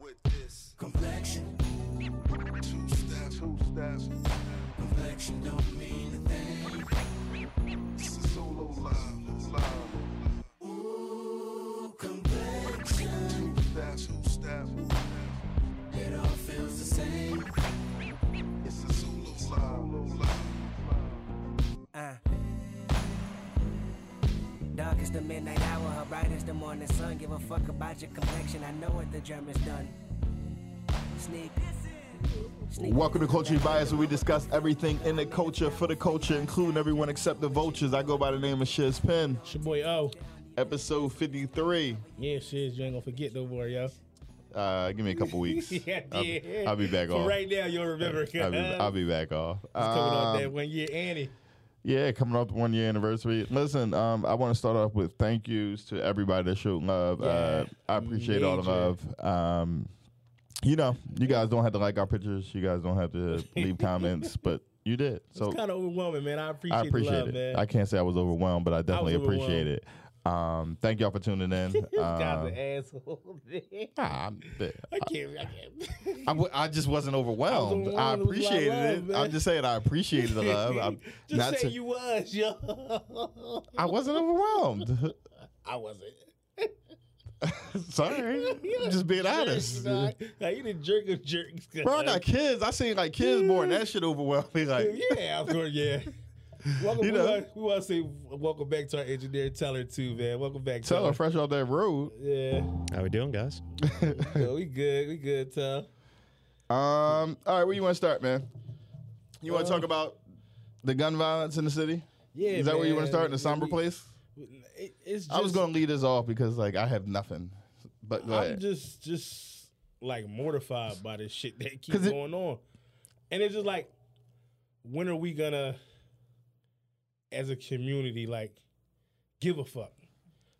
with this. Complexion, Two step, two step. complexion don't mean a thing. This is solo live, live. Ooh, complexion, Two step, two step. it all feels the same. This is solo live, live. Uh. Dark is the midnight hour, her bright is the morning sun. Give a fuck about your complexion, I know what the Germans done. Sneak. Sneak. Welcome to Culture Bias, where we discuss everything in the culture for the culture, including everyone except the vultures. I go by the name of Shiz Penn. It's your boy O. Episode 53. Yeah, shiz, you ain't gonna forget no more, yo. Uh, give me a couple weeks. yeah, I'll, yeah. I'll be back For on. right now, you'll remember. I'll be, I'll be back off. coming on Um, that one year Annie. Yeah, coming up one year anniversary. Listen, um, I want to start off with thank yous to everybody that showed love. Uh, Yeah, I appreciate all the major. love. Um, you know, you guys don't have to like our pictures. You guys don't have to leave comments, but you did. So It's kind of overwhelming, man. I appreciate, I appreciate the love, it. man. I can't say I was overwhelmed, but I definitely appreciate overwhelmed. it. Um, thank y'all for tuning in. God's Um, an asshole. man. nah, I'm- I can't. I can't. I, w- I just wasn't overwhelmed. overwhelmed I, with my appreciated it. love, man. I'm just saying I appreciated the love. I'm Just not say to- you was, yo. I wasn't overwhelmed. I wasn't. Sorry, I'm just being honest. Nah, Bro, nah, you the jerk of jerks. I got kids. I seen like kids born. That shit overwhelmed me. Like, yeah, of course, yeah. Welcome, You we know. want, we want to say welcome back to our engineer Teller too, man. Welcome back, tell her Teller. fresh off that road. Yeah, How we doing, guys? Yo, we good, we good, Tell. Um, all right, where you want to start, man? You want to talk about the gun violence in the city? Yeah, Is that where you want to man. start in a somber We- place? It, it's just, I was going to lead us off because like I have nothing. But go I'm ahead. just, just like mortified by this shit that keeps 'Cause it- going on, and it's just like, when are we gonna, as a community, like, give a fuck?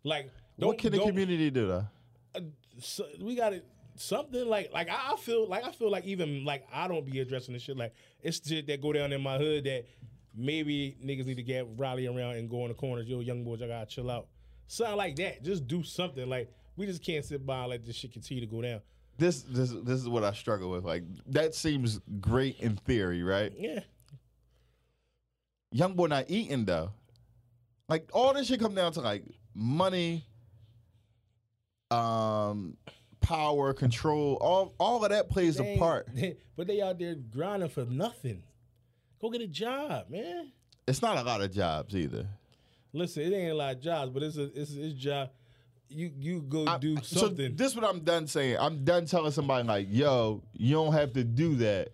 Like, don't, what can the don't- community do though? uh, so we got it something like like I I feel like I feel like even like I don't be addressing this shit like it's shit that go down in my hood that maybe niggas need to get rally around and go in the corners yo young boys I gotta chill out something like that just do something like we just can't sit by and let this shit continue to go down This this this is what I struggle with. Like that seems great in theory, right? yeah young boy not eating though. Like all this shit come down to like money, um, power, control. All all of that plays They a ain't- part. but they out there grinding for nothing go get a job man It's not a lot of jobs either. listen it ain't a lot of jobs but it's a it's it's job you you go I- do something So this what I'm done saying. I'm done telling somebody like, yo, you don't have to do that.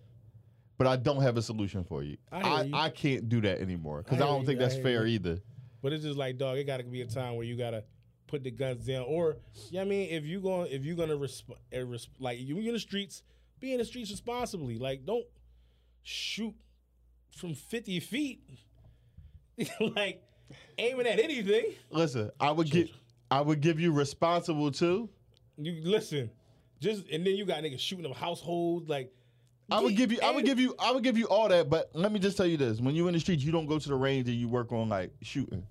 But I don't have a solution for you. I hear I, you. I can't do that anymore because I I, hear don't you, think I that's hear fair either. But it's just like, dog, it gotta be a time where you gotta put the guns down. Or, you know what I mean, if you going if you gonna resp- eh, resp- like you in the streets, be in the streets responsibly. Like, don't shoot from fifty feet. like aiming at anything. Listen, I would get, I would give you responsible too. You listen, just and then you got niggas shooting up households. Like, I would get give you. I would aim- give you. I would give you all that. But let me just tell you this: when you in the streets, you don't go to the range and you work on like shooting.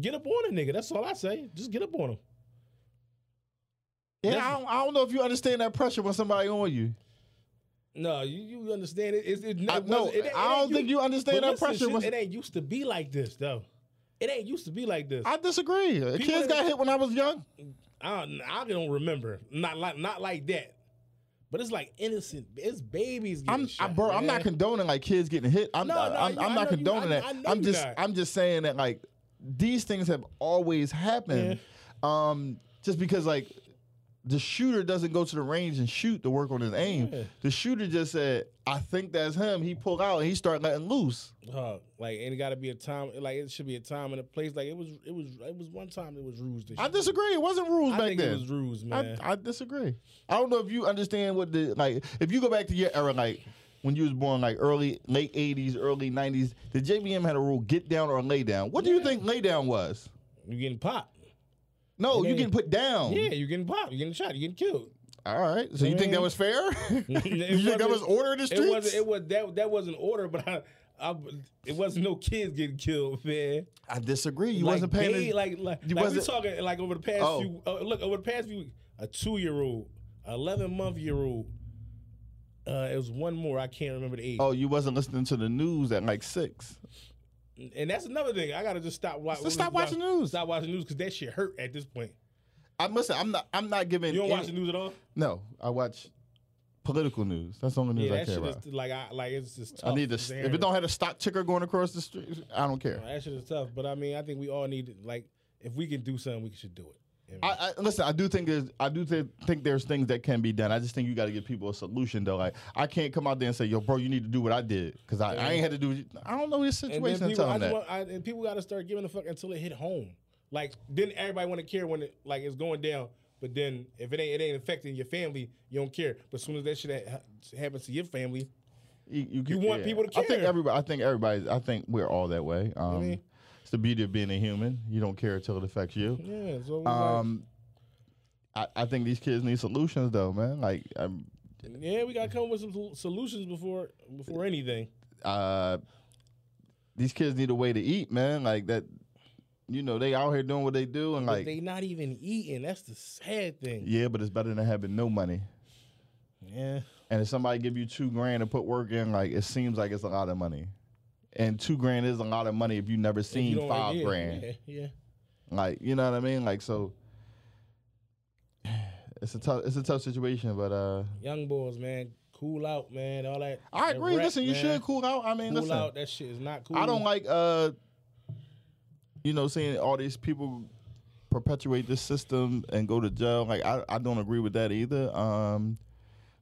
get up on a nigga. That's all I say. Just get up on him. Yeah, I don't, I don't know if you understand that pressure when somebody on you. No, you, you understand it. It's, it's I, not, no, I don't think you understand But that listen, pressure. shit, when, it ain't used to be like this though. It ain't used to be like this. I I disagree. Kids that- got hit when I was young. don't, I don't remember. Not like not like that. But it's like innocent. It's babies. I'm, Getting I, shot, bro. I'm not man. condoning like kids getting hit. I'm, No, no, I'm, I'm you- I not know you- condoning I- that. I know I'm you just. not. I'm just saying that like these things have always happened. Um, just because like the shooter doesn't go to the range and shoot to work on his aim. Yeah. The shooter just said, "I think that's him." He pulled out and he started letting loose. Dog, like and it got to be a time. Like it should be a time and a place. Like it was. It was. It was one time. It was rules. This I shit. disagree. It wasn't rules I back think then. it was rules, I, man. I disagree. I don't know if you understand what the like. If you go back to your era, like when you was born, like early late '80s, early '90s, the JBM had a rule: get down or lay down. What do you think lay down was? you getting popped. No, you Yeah. getting put down. Yeah, you getting popped. You getting shot. You getting killed. All right. So you think that was fair? you think that wasn't- was order in the It streets? wasn't. It was that. That wasn't order. But I. I. It wasn't no kids getting killed, man. I disagree. You like wasn't paying. they- it- like like, you like we wasn't- talking like over the past Oh. few uh, look over the past few a two year old a eleven month year old. Uh, it was one more. I can't remember the age. Oh, you wasn't listening to the news at like six. And that's another thing. I gotta just stop watching. Just stop watching the news. Stop watching the news because that shit hurt at this point. I'm listen. I'm not. I'm not giving. You don't watch any- the news at all. No, I watch political news. That's the only news Yeah, I that care shit about. is like I like it's just. I Tough need to. to If handle. it don't have a stock ticker going across the street, I don't care. that shit is tough. But I mean, I think we all need to, like if we can do something, we should do it. You know? I, I listen. I do think there's. I do th- think there's things that can be done. I just think you got to give people a solution though. Like I can't come out there and say, "Yo, bro, you need to do what I did," because I, I ain't had to do. what you- I don't know your and then situation. people, until I I'm just that. want, I, and people got to start giving a fuck until it hit home. Like then everybody want to care when it like it's going down. But then if it ain't it ain't affecting your family, you don't care. But as soon as that shit ha- happens to your family, you, You can- want people to I think care. everybody. I think everybody's. I think we're all that way. Um, mean- it's the beauty of being a human. You don't care until it affects you. yeah. So we Um, I, I think these kids need solutions though, man. Like, um, like, yeah, we got to come up with some sol- solutions before before anything. uh, these kids need a way to eat, man. Like that. You know, they out here doing what they do, and but like, they not even eating. That's the sad thing. yeah, but it's better than having no money. Yeah. And if somebody give you two grand to put work in, like it seems like it's a lot of money. And two grand is a lot of money if you never If you seen don't- five yeah, grand. Yeah, yeah. Like, you know what I mean? Like, so it's a tough, it's a tough situation. But uh, Young boys, man, cool out, man. All that. I that agree. rap, listen, you man. should cool out. I mean, cool listen, out. That shit is not cool. I don't like uh, you know, seeing all these people perpetuate this system and go to jail. Like, I, I don't agree with that either. Um,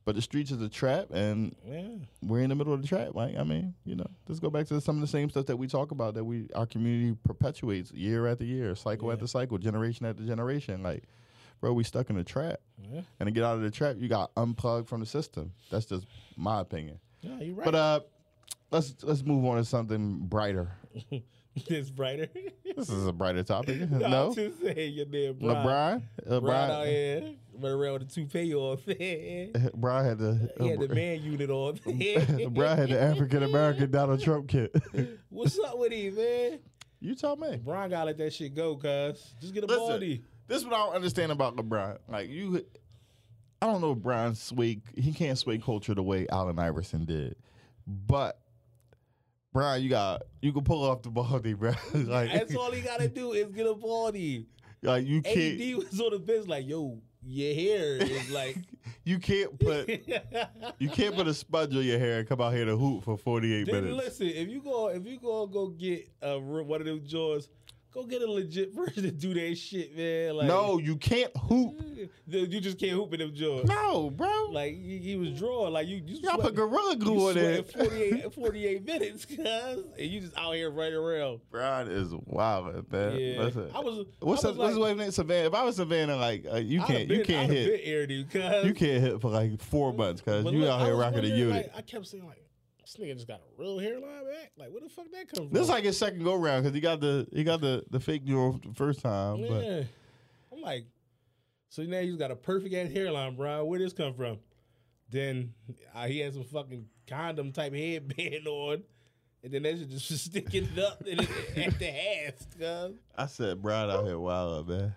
but the streets is a trap, and Yeah. we're in the middle of the trap. Like, I mean, you know, let's go back to some of the same stuff that we talk about that we our community perpetuates year after year, cycle after cycle, generation after generation. Like, bro, we stuck in a trap. Yeah. And to get out of the trap, you got unplugged from the system. That's just my opinion. No, you're right. But uh, let's let's move on to something brighter. it's brighter. This is a brighter topic. no, I'm just saying your damn Brian. LeBron, Brian out LeBron, here running around with the toupee on. he LeBron had the had the man unit on. LeBron had the African American Donald Trump kid. What's up with him, man? Utah man. Brian gotta let that shit go, cuz. Just get a Listen, baldy. This is what I don't understand about LeBron. Like you, I don't know if Brian sway. He can't sway culture the way Allen Iverson did, but. Brian, you got you can pull off the baldy, bro. like, That's all he gotta do is get a baldy. like you can't AD was on the bench like, yo, your hair is like you can't put you can't put a sponge on your hair and come out here to hoop for forty eight Then minutes. listen, if you go if you go go get a, re- one of them jaws, go get a legit person to do that shit, man. Like No, you can't hoop. Dude, you just can't hoop in them jaws. No, bro. Like he, he was drawing, like you, you Y'all put sweat, gorilla you glue on sweat it. 48, 48 minutes, cuz, and you just out here running around. Brian is wild, man. Yeah, Listen. I was. What's I up? was what's the like, wave name? Savannah. If I was Savannah, like uh, you I'd have can't, you been- can't I'd have hit, been aired, dude, cuz. you can't hit for like four months, cause But you look, out I here was rocking a wondering, unit. Like, I kept saying like, this nigga just got a real hairline back. Like, where the fuck that come from? this is like his second go round, cause he got the he got the the fake neural the first time, but yeah. I'm like, so now you got a perfect ass hairline, bro. Where this come from? Then uh, he had some fucking condom type headband on. And then that shit just was sticking up and it, at the half, cuz. I said Brian out here wild, man.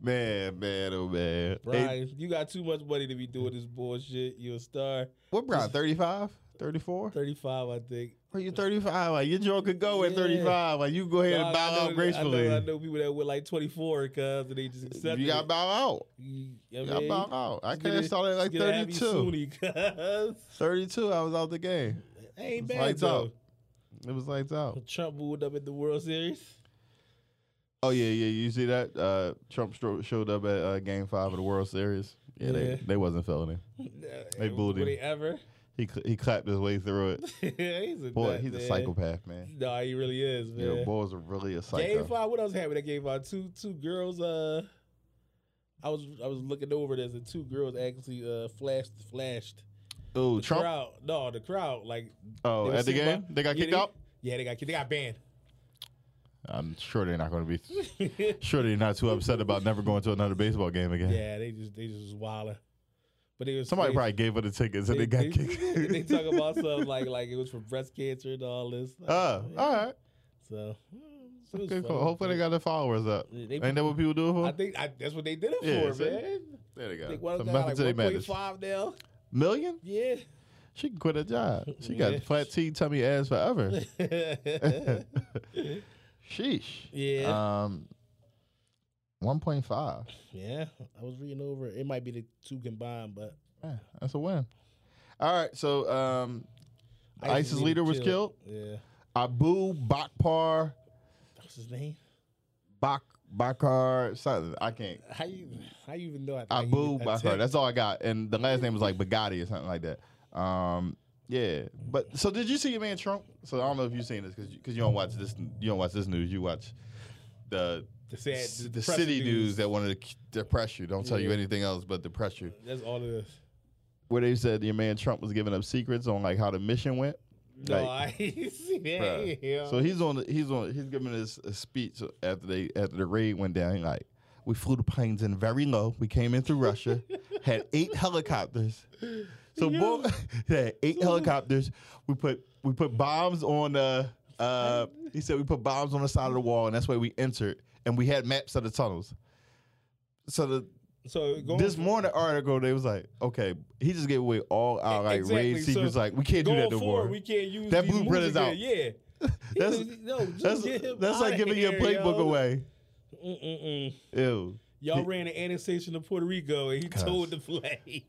Man, man, oh man. Hey, Brian, you got too much money to be doing this bullshit. You're a star. what Brian? 35? 34? 35, I think. Are you 35? Like your joint could go at Yeah. 35. Like you go ahead Dog, and bow I know- out gracefully. I know, I know people that were like 24, cuz, and they just accepted you got to it. bow out. You- you You know got what to mean? bow out. I could have Just get started a- at like just get a heavy 32. Sunni, cuz. 32, I was out the game. Ain't It's bad, lights though. out. It was lights out. Trump moved up at the World Series. Oh yeah, yeah. You see that? Uh, Trump stro- showed up at uh, Game Five of the World Series. Yeah, Yeah. They, they wasn't feeling him. They booed Would him. he ever? He cl- he clapped his way through it. he's a Boy, nut, he's man. a psychopath, man. No, he really is, man. Yeah, boys are really a Game psycho. five. What else happened at game five? Two two girls. Uh, I was I was looking over this, and two girls actually uh flashed flashed Oh, the Trump. crowd. No, the crowd like Oh, they were at the sitting game, by- they got Yeah, kicked out. Yeah, they got kicked. They got banned. I'm sure they're not going to be. sure they're not too upset about never going to another baseball game again. Yeah, they just they just was wilding. But they was Somebody they, probably gave her the tickets and they, got kicked. they talk about something like like it was for breast cancer and all this. Oh, all right. So, mm, so it was Okay, cool. fun. Hopefully they got their followers up. They- Ain't that what people do it for? I think I, that's what they did it Yeah, for, see? man. There they go. Nigga, what Some was that, method like to their madness. 1.5 now? Million? Yeah. She can quit her job. She got Yeah. flat T tummy ass forever. Sheesh. Yeah. Um, one point five. Yeah. I was reading over. It It might be the two combined, but Yeah, that's a win. All right. So um, ISIS leader was killed. Yeah. Abu Bakpar What's his name? Bak Bakar. Something. I can't. How you how you even know? I, Abu Bakar. That's all I got. And the last name was like Bugatti or something like that. Um, yeah. But so did you see your man Trump? So I don't know if you've seen this because you, 'cause you don't watch this. You don't watch this news. You watch the the sad, s- the, press city news that wanted to, k- to press you. Don't tell you Yeah. anything else but the press you. That's all it is. Where they said your man Trump was giving up secrets on like how the mission went. No, Like, I ain't see Bruh. that. Yeah. So he's on. the- He's on. He's giving his a speech after they after the raid went down. He like, we flew the planes in very low. We came in through Russia, had eight helicopters. So boy, they had eight helicopters. We put we put bombs on the. Uh, he said we put bombs on the side of the wall, and that's where we entered. And we had maps of the tunnels. So the so going e, this from- morning article, they was like, okay, he just gave away all our like raid E, Exactly, so secrets. like we can't do going that no forward, more. We can't use That these blueprint moves is out. again. Yeah. That's- He was- no, just That's get him that's like outta giving your here, playbook yo. away. Mm-mm-mm. Ew. Y'all He- ran an annexation of Puerto Rico, and he told the play.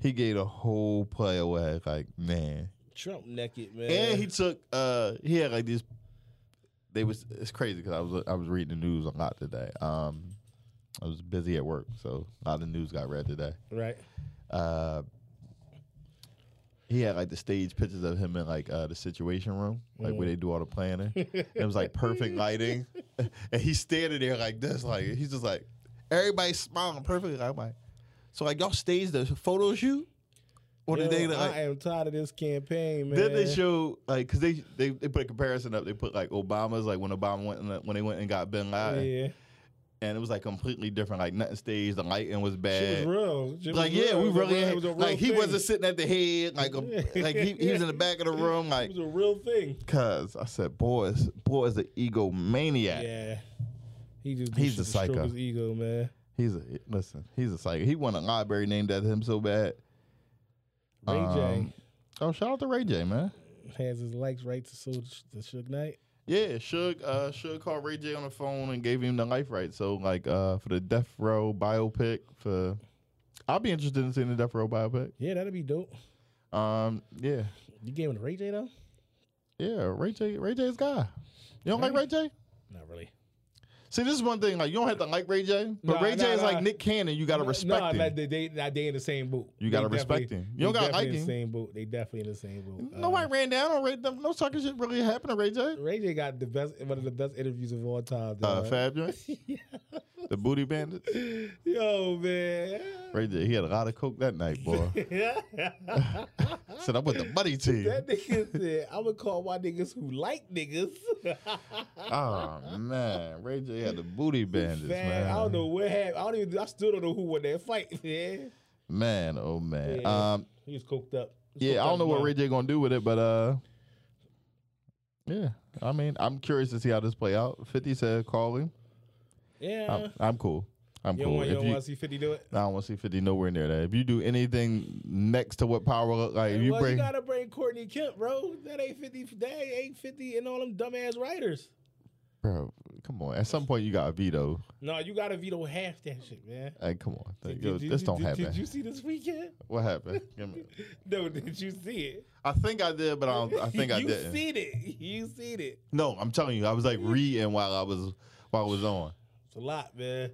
He gave the whole play away. Like, man. Trump naked man. And he took uh he had like this they was it's crazy because I was I was reading the news a lot today. Um I was busy at work, so a lot of news got read today. right. Uh he had like the stage pictures of him in like uh, the situation room, like where they do all the planning. Mm. And it was like perfect lighting, and he's standing there like this, like he's just like everybody's smiling perfectly. I'm like, so like y'all staged the photo shoot, or Yo, did they like? I am tired of this campaign, man. Then they show like because they, they they put a comparison up. They put like Obama's like when Obama went and, when they went and got Bin Laden, Yeah, and it was like completely different. Like nothing staged. The lighting was she was bad. real. She was like yeah, real. It we was a really real- it had- was a real like he thing. wasn't sitting at the head like a, like he, he was in the back of the room It like was a real thing. cuz I said boys boy is an egomaniac. Yeah, he just He's he's a a psycho. His ego, man. He's a listen. He's a psycho. He won a library named after him so bad. Ray Um, Oh, shout out to Ray J, man. J has his likes right to so to Suge Knight. Yeah, Suge, uh, Suge called Ray J on the phone and gave him the life right. So, like, uh, for the Death Row biopic, for I'll be interested in seeing the Death Row biopic. Yeah, that'd be dope. Um, yeah, You gave him to Ray J though? yeah, Ray J, Ray J's guy. You don't like Ray J? Not really. See, this is one thing. Like, you don't have to like Ray J, but Nah, Ray J nah, is nah. like Nick Cannon. You gotta respect no, him. like they, they, like, they in the same boot. You gotta They definitely- respect him. You don't they gotta like definitely in the him. Same boot. They definitely in the same boot. Uh, Nobody ran down on Ray. No talking shit really happened to Ray J. Um, Ray J got the best, one of the best interviews of all time. Uh, dog. Fab Joint, the Booty Bandits. Yo, man. Ray J, he had a lot of coke that night, boy. Said I put the money to you. That nigga said, I would call my niggas who like niggas. Oh man, Ray J had the booty bandits, man. man, I don't know what happened. I don't even. I still don't know who won that fight. Man, Man, oh man. Yeah. Um, he was coked up. He was yeah, I coked don't know up, what man. Ray J gonna do with it, but uh, yeah. I mean, I'm curious to see how this play out. Fifty said call him. Yeah, I'm, I'm cool. I'm Uh. you don't, cool. want, you If don't you, want to see Fifty do it. I don't want to see Fifty nowhere near that. If you do anything next to what Power look like, if you well, bring. you gotta bring Courtney Kemp, bro. That ain't fifty. That ain't fifty, and all them dumbass writers. Bro, come on. At some point, you got a veto. No, you gotta veto half that shit, man. Like, come on. Like, Did- yo, did- this did- don't did- happen. Did you see this weekend? What happened? Give me- No, did you see it? I think I did, but I, don't, I think I you didn't. seen it. You seen it. No, I'm telling you, I was like reading while I was while I was on. It's a lot, man.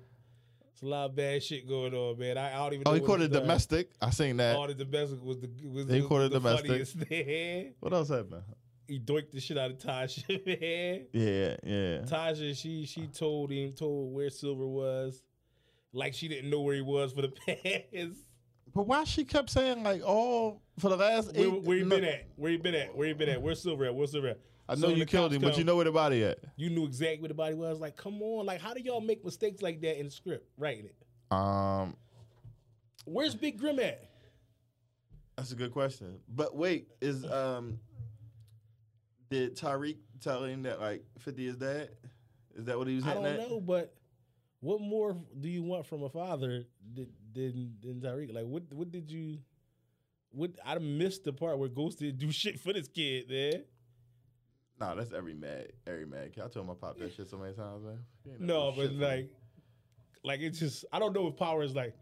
It's a lot of bad shit going on, man. I, I don't even. Oh, know he what called it it's done. domestic. I seen that. Oh, the domestic was the was He the, called it the domestic. funniest thing. What else happened? He doinked the shit out of Tasha, man. Yeah, yeah. Tasha, she she told him, told where Silver was, like she didn't know where he was for the past. But why she kept saying like, "Oh, for the last Where, eight, where you no- been at? Where you been at? Where you been at? Where's Silver at? Where's Silver at? I So know when you the killed cops him, but come, you know where the body at. you knew exactly where the body was. Like, come on, like how do y'all make mistakes like that in script writing it? Um, Where's Big Grim at? that's a good question. But wait, is um, did Tyreek tell him that like 50 is dead? Is that what he was I hitting don't at? know, but what more do you want from a father th- than than Tyreek. Like what what did you what I missed the part where Ghost didn't do shit for this kid, man. Nah, that's every mad, every mad kid. I told my pop that shit so many times, man. He ain't No, never but done shit for me. like like it's just I don't know if power has like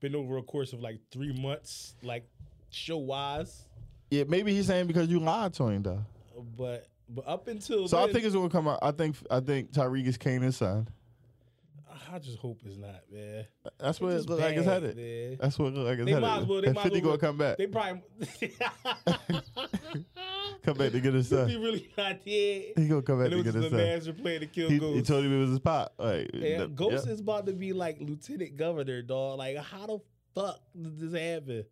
been over a course of like three months, like show wise. yeah, maybe he's saying because you lied to him, though. But but up until So I then, think it's gonna come out. I think I think Tyreek is Kanan's son. I just hope it's not, man. That's what It's it just looked like it's bad, headed. man. That's what it looked like it's They headed. might as well. They and might as 50 well gonna come back, They probably come back to get his he son. really not dead. He gonna come back And to it was get just a his son. master plan to kill He, Ghost. he told him it was his pop. Like, Yeah, the- Ghost yeah. is about to be like lieutenant governor, dog. Like, how the fuck did this happen?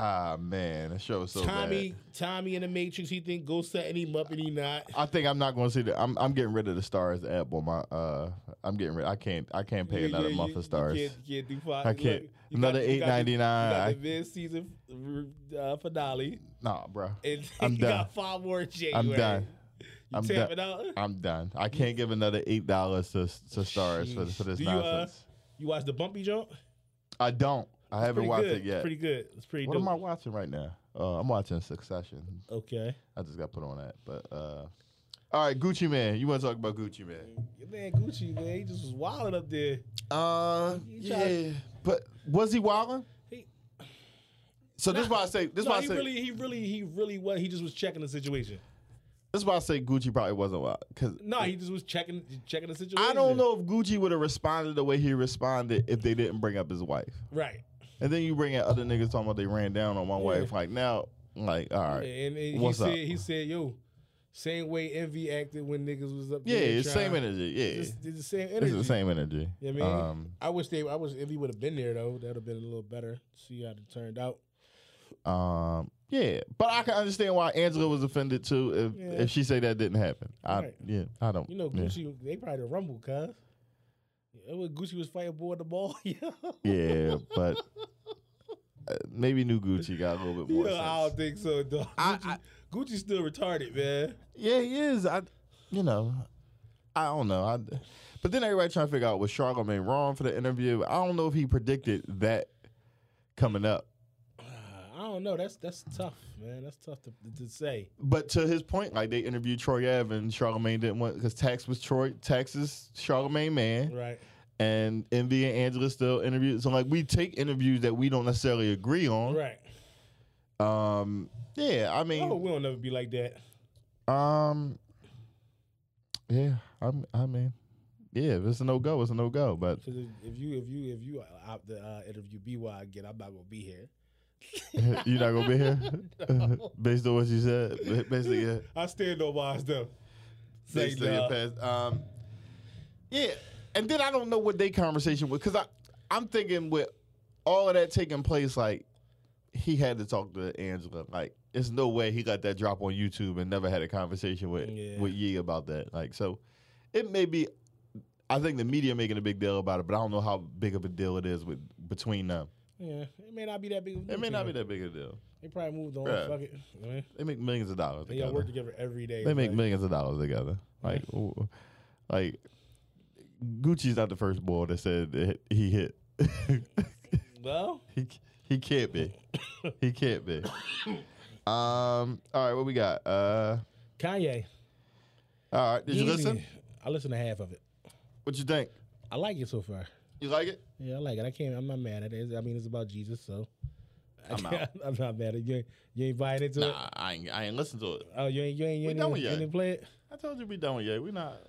Ah man, that show was so Tommy, bad. Tommy in the Matrix, he think Ghost setting him up and he not. I think I'm not going to see that. I'm I'm getting rid of the stars app on my. Uh, I'm getting rid. I can't. I can't pay Yeah, another yeah, month you- of stars. You can't, you can't do Fox. I can't. Look, you Another got- you got $8.99. the- You got the mid-season uh, finale, Nah, bro. and I'm you done. got five more in I'm January. done. You I'm tapping done. out. I'm done. I can't give another eight dollars to to stars for, Sheesh. for this Do you, uh, nonsense. You watch the bumpy jump? I don't. I haven't Pretty watched good. it yet. It's pretty good. It's pretty What dope. am I watching right now? Uh, I'm watching Succession. okay. I just got put on that. But uh, all right, Gucci Man. You want to talk about Gucci Man? Your man Gucci, man, he just was wilding up there. Uh, He tried- yeah. But was he wilding? He- So this is Nah. why I say this is no, why I he say really, he really, he really was. He just was checking the situation. this is why I say Gucci probably wasn't wild because No, he just was checking, checking the situation. I don't know if Gucci would have responded the way he responded if they didn't bring up his wife. Right. And then you bring in other niggas talking about they ran down on my wife. Like now, like all right, And, and what's he up? said, he said, "Yo, same way Envy acted when niggas was up yeah, there. it's trying- same energy. Yeah, It's, it's the same energy. it's the same energy. You know what I mean, Um, I wish they, I wish Envy would have been there though. That would have been a little better. See how it turned out. Um, yeah, but I can understand why Angela was offended too if Yeah. if she say that didn't happen. I Right. yeah, I don't. You know, yeah. Gucci, they probably the rumble, cuz. Yeah, when Gucci was fighting boy the ball. yeah, Yeah, but uh, maybe new Gucci got a little bit more. I sense. don't think so, dog. I- Gucci, I- Gucci's still retarded, man. yeah, he is. I, you know, I don't know. I, but then everybody trying to figure out was Charlamagne wrong for the interview. I don't know if he predicted that coming up. Uh, I don't know. That's that's tough, man. That's tough to, to say. But to his point, like they interviewed Troy Ave and Charlamagne didn't want because Tax was Troy Tax's Charlamagne man. Right. and Envy and Angela still interviewed. So like we take interviews that we don't necessarily agree on. Right. Um, yeah, I Oh, mean, we will never be like that. um, yeah, I'm, I mean, yeah, if it's a no go, it's a no go. But Because if, if you if you if you opt the uh, interview BY again, I'm not gonna be here. you're not gonna be here based on what you said. Ba- Basically, yeah. I stand on wise though. Say Basically, nah. it passed. Um, yeah, and then I don't know what they conversation was because I, I'm thinking with all of that taking place, like he had to talk to Angela. Like, there's no way he got that drop on YouTube and never had a conversation with Yeah. with Ye about that. Like, so it may be. I think the media making a big deal about it, but I don't know how big of a deal it is with between them. Yeah, it may not be that big. Of a It may deal not be to them. that big of a deal. They probably moved on. Bruh. Fuck it. Man. They make millions of dollars. They together. all work together every day. They make Like, millions of dollars together. Like, ooh, like Gucci's not the first boy that said that he hit. Well, he he can't be. He can't be. Um. All right. What we got? Uh. Kanye. All right. Did you Easy. listen? I listened to half of it. What you think? I like it so far. You like it? Yeah, I like it. I can't. I'm not mad at it. I mean, it's about Jesus, so I'm out. I'm not mad at it. You. Ain't, you ain't buying into it. Nah. I ain't. I ain't listened to it. Oh, you ain't you ain't you We ain't, done even, with you Ye. ain't even play it. I told you we done with yet. We not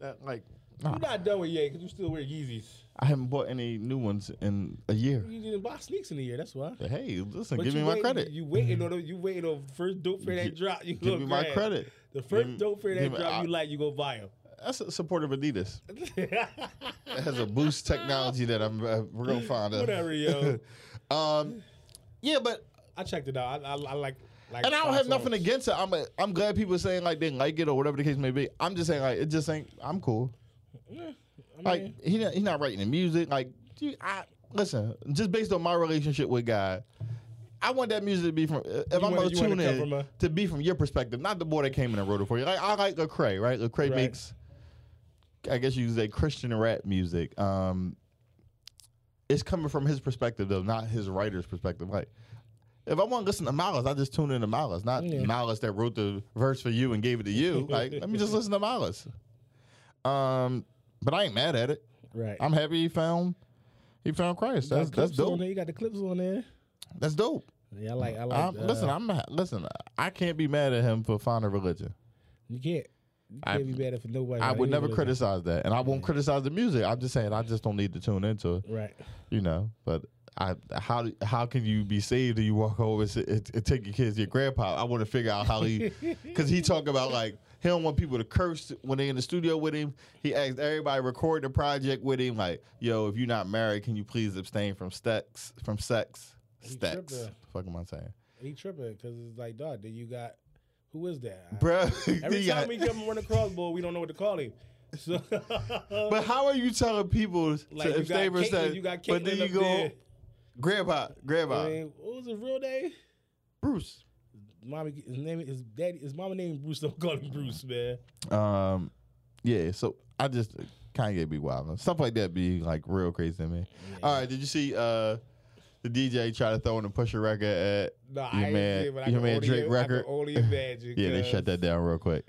that like. You Nah. not done with Ye because you still wear Yeezys. I haven't bought any new ones in a year. You didn't buy sneaks in the year. That's why. Hey, listen. But give you me my waiting- credit. Mm-hmm. You waiting on the, you waiting on the first dope fair that Gi- drop. You give gonna me my grab. credit. The me- first dope fair give that me- drop you I- like, you go buy them. That's a supporter of Adidas. It has a boost technology that I'm uh, real fond of. Whatever, yo. um, yeah, but I checked it out. I, I, I like like. and I don't five have nothing songs. against it. I'm a, I'm glad people are saying like they like it or whatever the case may be. I'm just saying like it just ain't. I'm cool. I mean, Like he not, he not writing the music. Like dude, I listen just based on my relationship with God. I want that music to be from. If I'm gonna wanna- you wanna tune come in, from a- to be from your perspective, not the boy that came in and wrote it for you. Like I like Lecrae, right? Lecrae Right. makes, I guess you could say Christian rap music. Um, it's coming from his perspective though, not his writer's perspective. Like, if I want to listen to Malice, I just tune in to Malice, not Malice that wrote the verse for you and gave it to you. Like, let me just listen to Malice. Um, but I ain't mad at it. Right. I'm happy he found he found Christ. Got That's that's clips On dope. there. You got the clips on there. That's dope. Yeah, I like. I like. I'm, uh, listen, I'm not- listen. I can't be mad at him for finding religion. You can't. You I- can't be better for nobody. I Not would even never those- criticize that, and I won't criticize the music. I'm just saying I just don't need to tune into it, Right. you know. But I how how can you be saved if you walk over and, sit- and, and take your kids to your grandpa? I want to figure out how he, because he talk about like he don't want people to curse when they in the studio with him. He asked everybody to record the project with him, like yo, if you're not married, can you please abstain from sex from sex tripping. sex? Fuck am I saying, He tripping because it's like, dog. Then you got. Who is that? I- bro? Every time we jump and run across, boy, we don't know what to call him. So But how are you telling people like to you got, abstain from Caitlyn, sex? you got Caitlyn But then you up go. there. Grandpa, grandpa, I mean, what was his real name? Bruce. Mommy, his name is daddy. His mama named Bruce. Don't call him Bruce, man. Um, yeah. So I just Kanye be wild. Stuff like that be like real crazy to me. All right. Did you see uh the DJ try to throw in a pusher record at No, I your ain't man, see it, but I your can man only, Drake I record? can only imagine. yeah, they 'cause- shut that down real quick.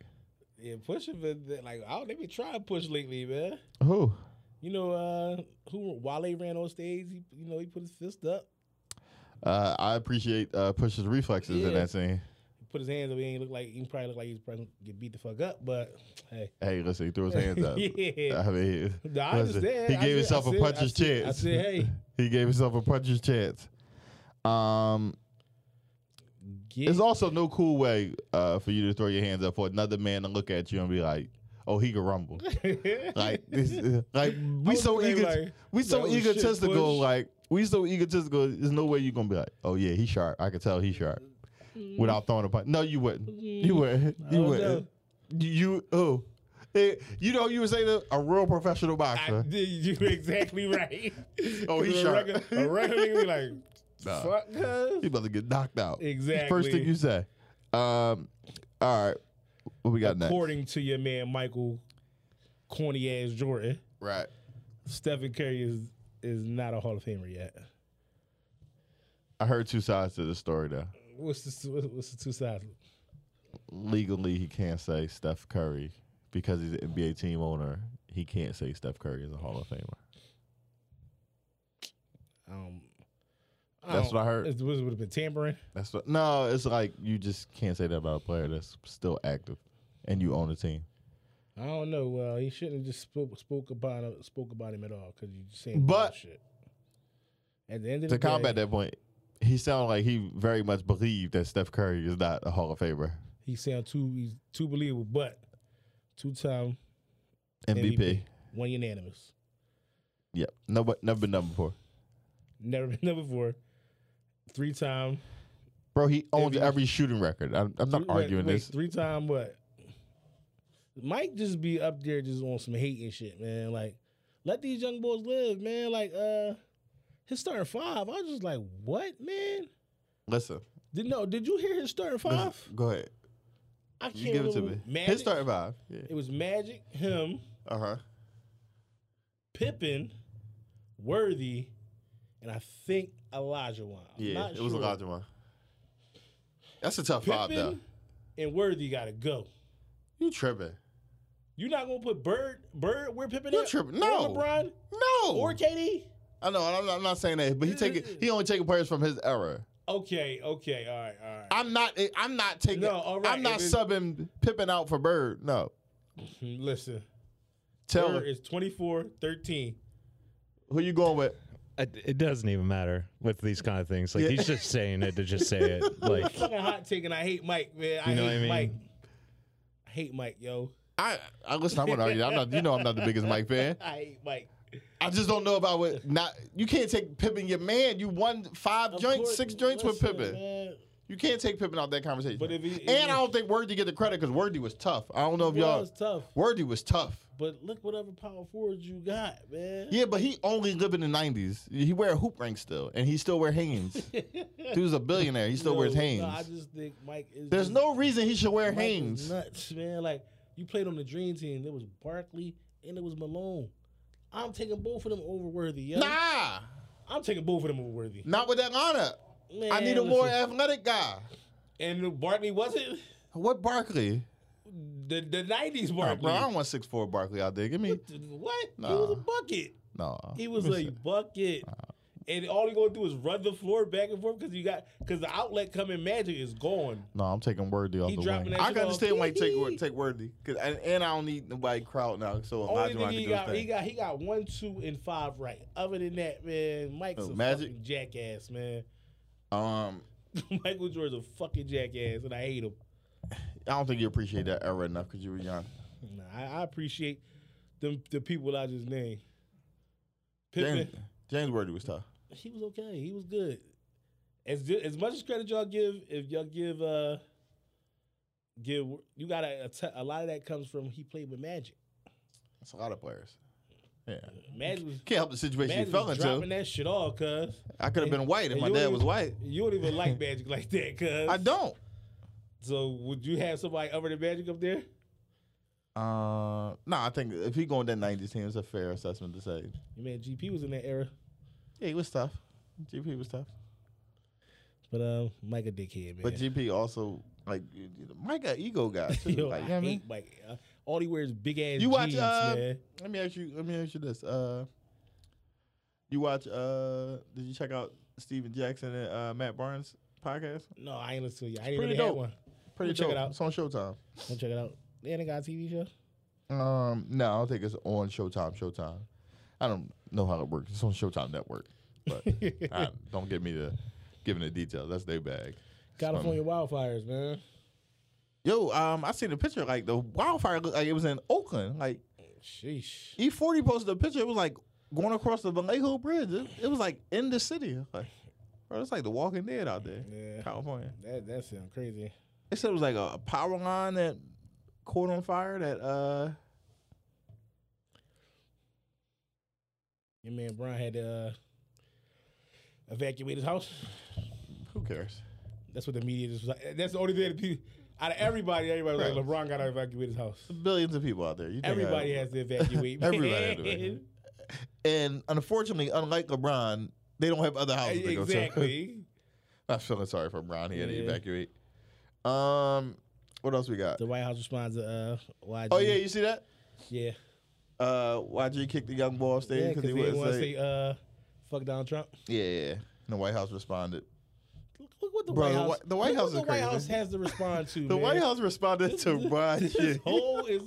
Yeah, push it, but they- like I don't even try to push lately, man. Who? You know, uh who Wale ran on stage, he, you know, he put his fist up, Uh, I appreciate uh, Pusher's reflexes in Yeah. that scene. he put his hands up, he ain't look like he probably look like he's probably gonna get beat the fuck up, but hey. Hey, listen, he threw his hands up. Yeah. I mean, No, I listen, understand. he I gave said- himself I a said- puncher's I said- chance. I said, hey. he gave himself a puncher's chance. Um, Get It's also no cool way uh, for you to throw your hands up for another man to look at you and be like, "Oh, he can rumble." like, this, uh, like we was so thinking, eager, like, we so like, oh, shit, egotistical. push. like we so egotistical. There's no way you're gonna be like, "Oh yeah, he's sharp. I can tell he's sharp." Without throwing a punch, no, you wouldn't. You wouldn't. You don't wouldn't. You oh, Eh, you know you would say to a real professional I boxer. did you exactly right. Oh, he a sharp. record- A record nigga be like, Nah. fuck cuz. you about to get knocked out. First Exactly. thing you say. Um, all right, what we got next? According to your man Michael corny ass Jordan, Right. Stephen Curry is is not a Hall of Famer yet. I heard two sides to the story though. What's the what's the two sides? Legally, he can't say Steph Curry because he's an NBA team owner. He can't say Steph Curry is a Hall of Famer. Um, That's what I heard. It would have been tampering. That's what, no. It's like you just can't say that about a player that's still active and you own a team. I don't know. Uh, he shouldn't have just spoke spoke about him, spoke about him at all because you just saying But- bullshit. At the end of To the day, combat that point, he sounded like he very much believed that Steph Curry is not a Hall of Famer he sound too he's too believable. But two time MVP. one unanimous, Yep, never never been done before. never been done before. Three time Bro, he owns MVP. every shooting record. I'm, I'm not Three- wait, arguing wait, this. Three time what? Mike just be up there just on some hate and shit, man. Like, let these young boys live, man. Like, uh, his starting five. I was just like, what, man? Listen, Did no? Did you hear his starting listen, five? go ahead. I can't You give it to remember. me. Magic, His starting five. Yeah. It was Magic, him, Uh huh. Pippin, Worthy, and I think Elijah Wan. I'm Yeah, not it was sure. Elijah one. That's a tough five though. Pippin and Worthy gotta go. You tripping? You're not gonna put Bird, Bird, where Pippin You at? tripping. Or No. LeBron No. or KD. I know. I'm not, I'm not saying that, but he taking he only taking players from his era. Okay, okay, all right, all right. I'm not. I'm not taking. No, all right, I'm not if it's- subbing Pippin out for Bird. No. Listen, Tell Bird is 24 13. who you going with. It, it doesn't even matter with these kind of things. Like Yeah. he's just saying it to just say it. Like Fucking hot take, and I hate Mike, man. I You know hate what I mean? Mike. I hate Mike, yo. I, I listen. I'm gonna argue. I'm not. You know, I'm not the biggest Mike fan. I hate Mike. I just don't know about what. Not you can't take Pippin. Your man. You won five Of joints, course- six joints with listen, Pippin. man. You can't take Pippin out that conversation. But if he- and if he- I don't think Worthy get the credit because Worthy was tough. I don't know if Well, y'all. it's tough, Worthy was tough. but look whatever power forward you got, man. Yeah, but he only lived in the nineties. He wear a hoop ring still, and he still wear Hanes. Dude was a billionaire. He still No, wears no, Hanes. I just think Mike is. There's just- no reason he should wear Mike is Hanes. nuts, man. Like you played on the dream team. There was Barkley and there was Malone. I'm taking both of them over worthy, yo. Nah, I'm taking both of them over worthy. Not with that lineup. I Man, need a more listen. athletic guy. And Barkley wasn't What Barkley? the the nineties Nah, Barkley. bro, I don't want six four Barkley out there. Give me what? He Nah. was a bucket. no. He was a bucket. And all he gonna do is run the floor back and forth because you got because the outlet coming magic is gone. no. I'm taking Worthy off He the dropping wing. that I shit can off. understand why you take Wor- Hee-hee. take Worthy 'cause- and, and I don't need nobody crowd now. So Only Elijah thing Ron can he do his got, he thing. got he got one, two, and five right. Other than that, man, Mike's Who, a Oh, Magic? fucking jackass, man. Um, Michael Jordan's a fucking jackass, and I hate him. I don't think you appreciate that era enough because you were young. Nah, I, I appreciate them the people I just named. Pippen, James, James Worthy was tough. he was okay. He was good. As di- as much as credit y'all give, if y'all give uh give you got a, a lot of that comes from he played with Magic. That's a lot of players. Yeah, Magic was can't help the situation Magic you fell was dropping into. that shit off, cuz. I could have been white if and my you don't dad even- was white. You don't even like Magic like that, cuz. I don't. So would you have somebody other than Magic up there? Uh, no, I think if he going that '90s team, it's a fair assessment to say. Your man GP was in that era, Yeah, he was tough. GP was tough, but um, Mike a dickhead, man. but GP also like you- you- Mike got ego guy too. Yo, like, you I know what I mean? hate Mike. Uh, all he wears is big ass You watch? jeans, uh, man. Let me ask you. Let me ask you this. Uh, you watch? Uh, did you check out Steven Jackson and uh, Matt Barnes podcast? No, I ain't listen to you. I ain't pretty really had dope. one. Pretty check it dope. out. It's on Showtime. Come check it out. They ain't got a TV show. Um, no, I don't think it's on Showtime. Showtime. I don't know how it works. It's on Showtime Network. But I, don't get me to giving the details. That's their bag. California wildfires, man. Yo, um, I seen a picture like the wildfire looked like it was in Oakland. Like Sheesh. E forty posted a picture. It was like going across the Vallejo Bridge. It, it was like in the city. Like, bro, it's like the Walking Dead out there, Yeah. California. That that sounds crazy. They said it was like a, a power line that caught on fire. That uh, Your man Brian had to uh, evacuate his house. who cares? That's what the media just was like. That's the only thing that people out of everybody, everybody was like LeBron got to evacuate his house. Billions of people out there. You think I- Everybody has to evacuate. Everybody had to man. evacuate. And unfortunately, unlike LeBron, they don't have other houses. to go to. Exactly. I'm feeling sorry for LeBron. He had to Yeah. evacuate. Um, what else we got? The White House responds to uh, YG. Oh yeah, you see that? yeah. Uh, YG kicked the young boy off Yeah, stage because because they he want was to say, say, uh, fuck Donald Trump. yeah, yeah. yeah. And the White House responded. Look, look what the Bro, White the House. Whi- the White look House what is the White crazy. House has to respond to. The man. White House responded to This YG. whole is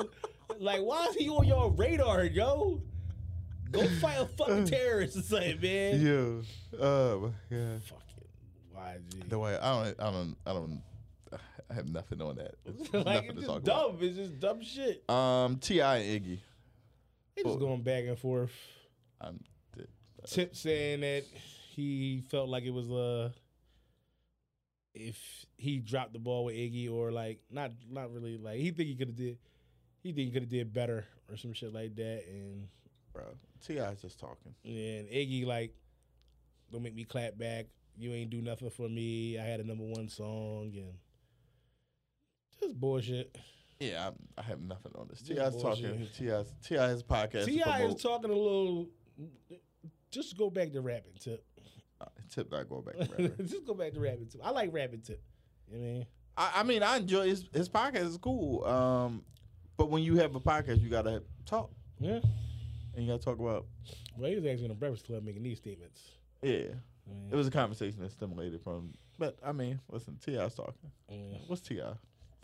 like, why is he on your radar, yo? Go fight a fucking terrorist or something, man. Uh. yeah. Oh my god. Fucking The White. I don't. I don't. I don't. I have nothing on that. It's YG. like nothing it's to just talk dumb. It's just dumb shit. about. Um, Ti and Iggy. They just going back and forth. I'm, th- Tip saying that he felt like it was uh if he dropped the ball with Iggy or like not not really like he think he could have did he think he could have did better or some shit like that and bro. Ti is just talking. and Iggy like don't make me clap back you ain't do nothing for me I had a number one song and just bullshit Yeah, I'm, I have nothing on this. This Ti's talking. bullshit. Ti's Ti's podcast. Ti is promote- talking a little just go back to rapping tip Uh, Tip not going back. To rapping. just go back to rapping tip I like rapping tip you know what I mean. I, I mean, I enjoy his his podcast is cool. Um, but when you have a podcast, you gotta talk Yeah. and you gotta talk about. Well, he was actually in the Breakfast Club making these statements. Yeah, Yeah. it was a conversation that stimulated from. But I mean, listen, Ti's talking. Yeah. What's Ti?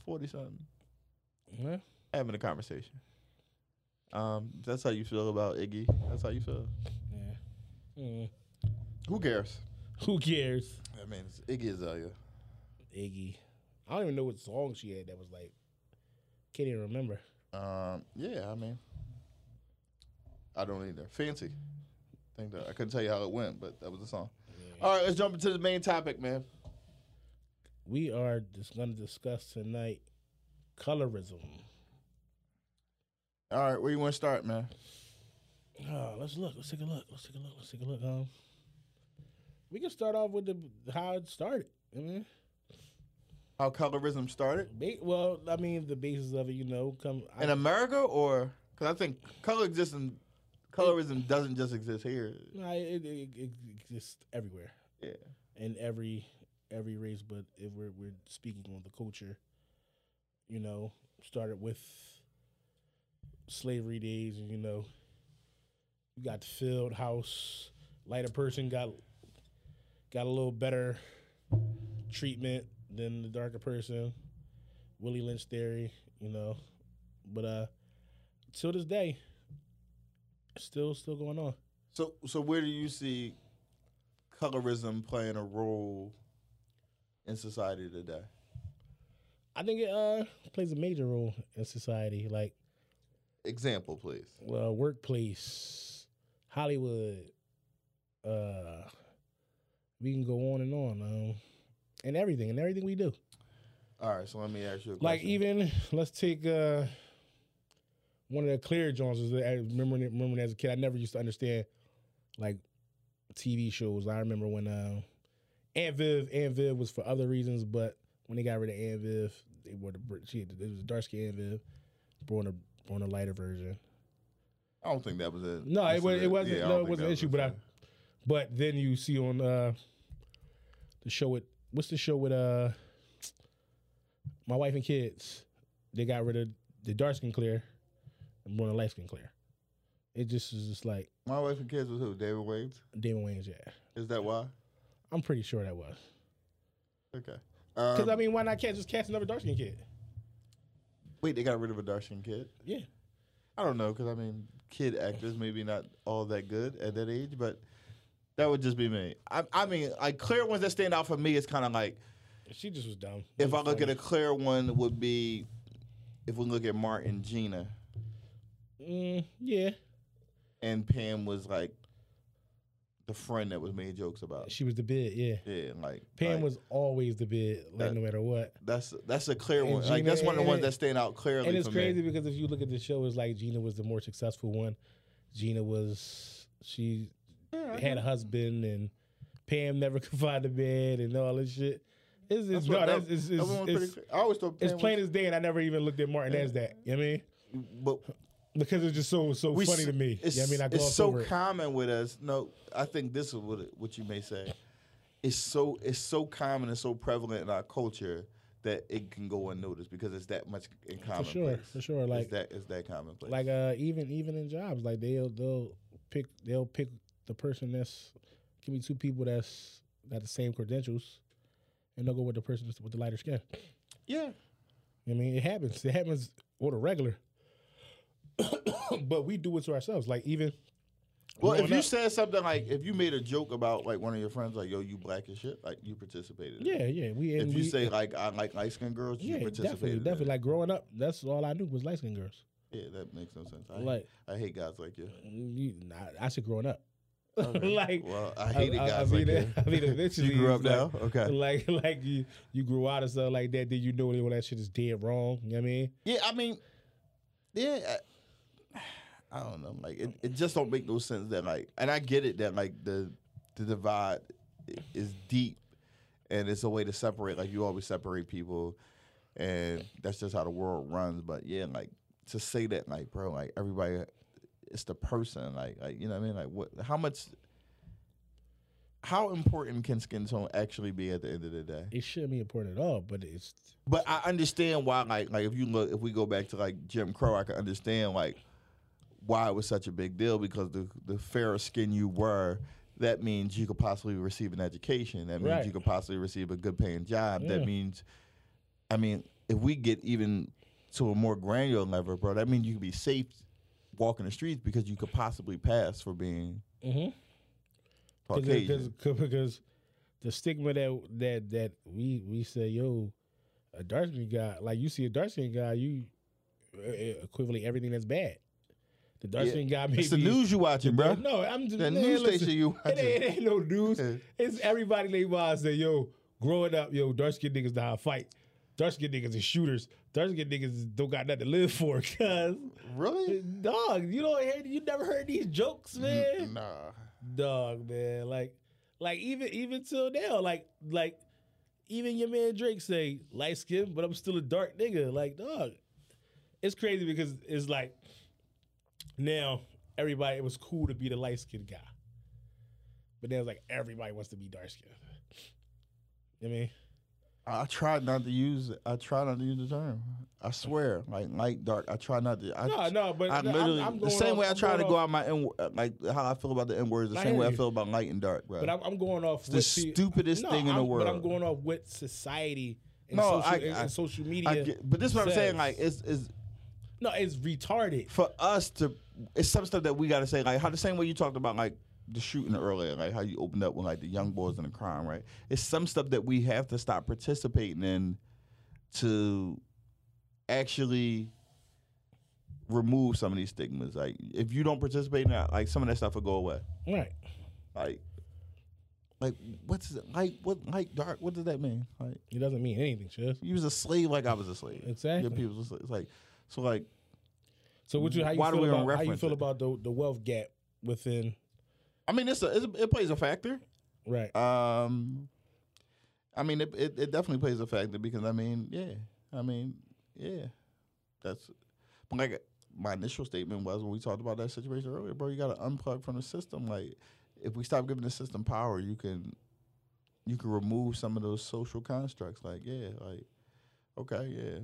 Forty something, Yeah. having a conversation. Um, that's how you feel about Iggy. That's how you feel. Mm. Who cares? Who cares? I mean, it's Iggy Azalea. Iggy. I don't even know what song she had that was like. Can't even remember. Um, yeah, I mean, I don't either. Fancy. Think that I couldn't tell you how it went, but that was the song. All right, let's jump into the main topic, man. We are just going to discuss tonight colorism. All right, where you want to start, man? Oh, let's look. Let's take a look. Let's take a look. Let's take a look. Um, we can start off with the how it started. I mean, How colorism started ba- well, I mean the basis of it, you know. Come I- in America, or because I think color exists in Colorism doesn't just exist here. No, it, it, it, it exists everywhere. Yeah. in every every race, but if we're we're speaking on the culture, you know, started with slavery days, and you know, you got the field house, lighter person got got a little better treatment than the darker person. Willie Lynch theory, you know, but uh, till this day, still still going on. So so where do you see colorism playing a role in society today? I think it uh plays a major role in society, like. Example, please. well, workplace, Hollywood. Uh, we can go on and on, um, and everything, and everything we do. All right, so let me ask you a question. Like even let's take uh, one of the clear Joneses. that I remember remembering as a kid, I never used to understand like TV shows. I remember when uh, Aunt Viv, Aunt Viv was for other reasons, but when they got rid of Aunt Viv, they were the br- she had, it was dark skin Aunt Viv, born a born a lighter version. I don't think that was it. No, it, was, it wasn't. Yeah, I no, don't it think wasn't that an issue. was But it. I, but then you see on uh, the show with what's the show with uh, my wife and kids. They got rid of the dark skin clear and born a light skin clear. It just is just like my wife and kids was who David Waves. Damon Wayne's. Yeah, Is that why? I'm pretty sure that was Okay. because Um, I mean, why not cast just cast another dark skin kid? wait, they got rid of a Darshan kid. Yeah, I don't know because I mean, kid actors maybe not all that good at that age, but that would just be me. I, I mean, like clear ones that stand out for me is kind of like she just was dumb. if I look at a clear one would be if we look at Martin Gina mm, yeah, and Pam was like the friend that was made jokes about. she was the bid. Yeah, Yeah, like Pam like, was always the bid, like That- no matter what. That's that's a clear And one. like that's Gina- one of the ones and it- that stand out clearly. and it's for crazy Me. because if you look at the show, it's like Gina was the more successful one. Gina was she had a husband, and Pam never confided in bed and all this shit. It's, it's, That's no, what- that's, that- it's, that it's, one was it's, pretty clear. I always thought it's Pam plain as day, and I never even looked at Martin as that. You know what I mean? was, but Because it's just so so we funny s- to me. It's, Yeah, I mean, I it's glossed so over it. common with us. No, I think this is what it, what you may say. It's so it's so common and so prevalent in our culture that it can go unnoticed because it's that much in common. sure, for sure, like- it's that it's that commonplace. like uh, even even in jobs, like they'll they'll pick they'll pick the person that's give me two people that's got the same credentials, and they'll go with the person that's with the lighter skin. yeah, I mean, it happens. It happens on a regular. but we do it to ourselves. Like even Well, growing if you up- said something like if you made a joke about like one of your friends, like yo, you black as shit, like you participated. in it. yeah, yeah, we and If you we- say like I like light skinned girls, yeah, you participated. definitely, in it. definitely. Like growing up, that's all I knew was light skinned girls. yeah, that makes no sense. I, Like- I hate guys like you. You, nah, I said growing up. like Well, I hated guys mean, like I you. mean, eventually you grew up it's now, like- okay? Like like you you grew out of stuff like that. Then you know when that shit is dead wrong. You know what I mean? Yeah, I mean, yeah. I, I don't know. Like, it, it just don't make no sense that like, and I get it that like the the divide i- is deep, and it's a way to separate. Like you always separate people, and that's just how the world runs. But yeah, like to say that like, bro, like everybody, it's the person. Like, like you know what I mean? Like, what? How much? How important can skin tone actually be at the end of the day? It shouldn't be important at all, but it's But I understand why, like, like if you look, if we go back to like Jim Crow, I can understand like why it was such a big deal because the the fairer skin you were, that means you could possibly receive an education. That means Right. you could possibly receive a good paying job. That means, I mean, if we get even to a more granular level, bro, that means you could be safe walking the streets because you could possibly pass for being Mm-hmm. Cause it- cause, Caucasian. cause, because the stigma that that that we we say, yo, a dark skin guy, like you see a dark skin guy, you uh, uh, equivalent everything that's bad. The dark Yeah. skin guy, maybe It's the news you watching, bro. No, I'm just The man, news listen, station you It watching. ain't, it ain't no news. Yeah. It's everybody they wise that yo, growing up, yo, dark skin niggas know how to fight. Dark skin niggas is shooters. Dark skin niggas don't got nothing to live for, cuz. Really? Dog, you don't hear you never heard these jokes, man Mm-hmm. Nah. dog man like like even even till now like like even your man drake say light skin but i'm still a dark nigga like dog it's crazy because it's like now everybody it was cool to be the light skinned guy. But then it's like everybody wants to be dark skinned. You know what I mean? I try not to use. I try not to use the term. I swear, like light dark. I try not to. I, No, no, but I no, I'm- literally I'm the going same off- way I I'm try to going go off- out my n word, like how I feel about the n word is the I same way hear I you. feel about light and dark, bro. But I'm, I'm going off the what pe- stupidest No, thing in the I'm- But I'm world. going off what society and, No, social, I- and- I- and social media. I get, but this is what I'm saying. says. Like it's, it's no, it's retarded. for us to. It's some stuff that we got to say. Like how the same way you talked about like the shooting earlier, like how you opened up with like the young boys and the crime, right? It's some stuff that we have to stop participating in to actually remove some of these stigmas. Like if you don't participate in that, like some of that stuff will go away. Right. Like, like what's it like? What like dark? What does that mean? Like It doesn't mean anything, Shiv. you was a slave, like I was a slave. Exactly. Your people was a slave. It's like so, like So what you how you Why do feel we even about how you reference feel it? about the the wealth gap within I mean, it's a, it's a it plays a factor. right. Um, I mean, it, it it definitely plays a factor because I mean, yeah, I mean, yeah, that's but like my initial statement was when we talked about that situation earlier, bro. You got to unplug from the system. Like, if we stop giving the system power, you can you can remove some of those social constructs. Like, yeah, like okay, yeah,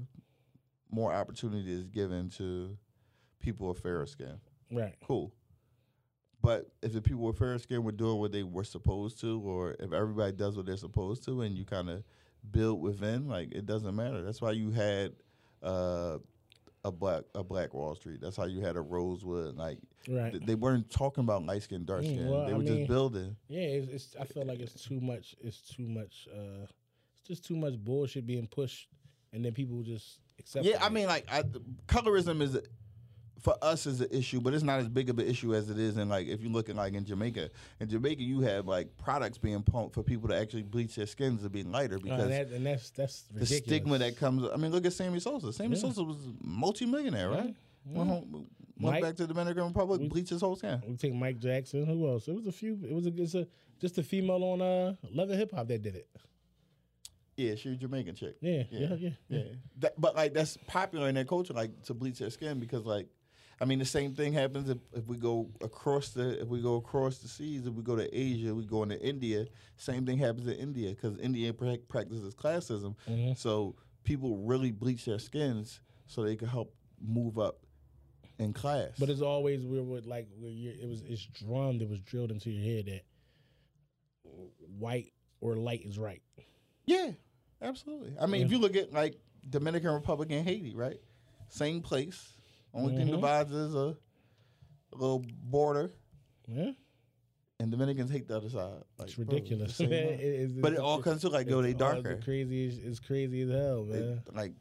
more opportunity is given to people of fairer skin right. cool. But if the people with fair skin were doing what they were supposed to, or if everybody does what they're supposed to, and you kind of build within, like it doesn't matter. That's why you had uh, a black a black Wall Street. That's how you had a Rosewood. Like Right. th- they weren't talking about light skin, dark Mm, skin. well, they I were mean- just building. Yeah, it's, it's I feel like it's too much it's too much uh it's just too much bullshit being pushed and then people just accept Yeah, I mean, like I, colorism is for us is an issue, but it's not as big of an issue as it is in like if you look at like in Jamaica. In Jamaica, you have like products being pumped for people to actually bleach their skins to be lighter because and, Oh, that, and that's that's the ridiculous. stigma that comes. I mean, look at Sammy Sosa. Sammy Sosa was a multimillionaire, right? Went, home, went Mike- back to Dominican Republic, bleached his whole skin. we take Mike Jackson, who else? It was a few it was a it's a just a female on uh Love and Hip Hop that did it. Yeah, she was Jamaican chick. Yeah, yeah, yeah, yeah. That- but like that's popular in their culture, like to bleach their skin because like. I mean, the same thing happens if, if we go across the if we go across the seas, if we go to Asia, we go into India. Same thing happens in India because India pra- practices classism. Mm-hmm. So people really bleach their skins so they can help move up in class. But it's always we were like where you it was it's drummed, it was drilled into your head that white or light is right. Yeah, absolutely. I mean, if you look at like Dominican Republic and Haiti, right? Same place. Only Mm-hmm. thing divides is a little border, Yeah, and Dominicans hate the other side. Like, it's bro, ridiculous. the same man. line. It- it's- but it it's- all comes to like, yo, they it's all- it's darker. crazy, as- it's crazy as hell, They- man. like,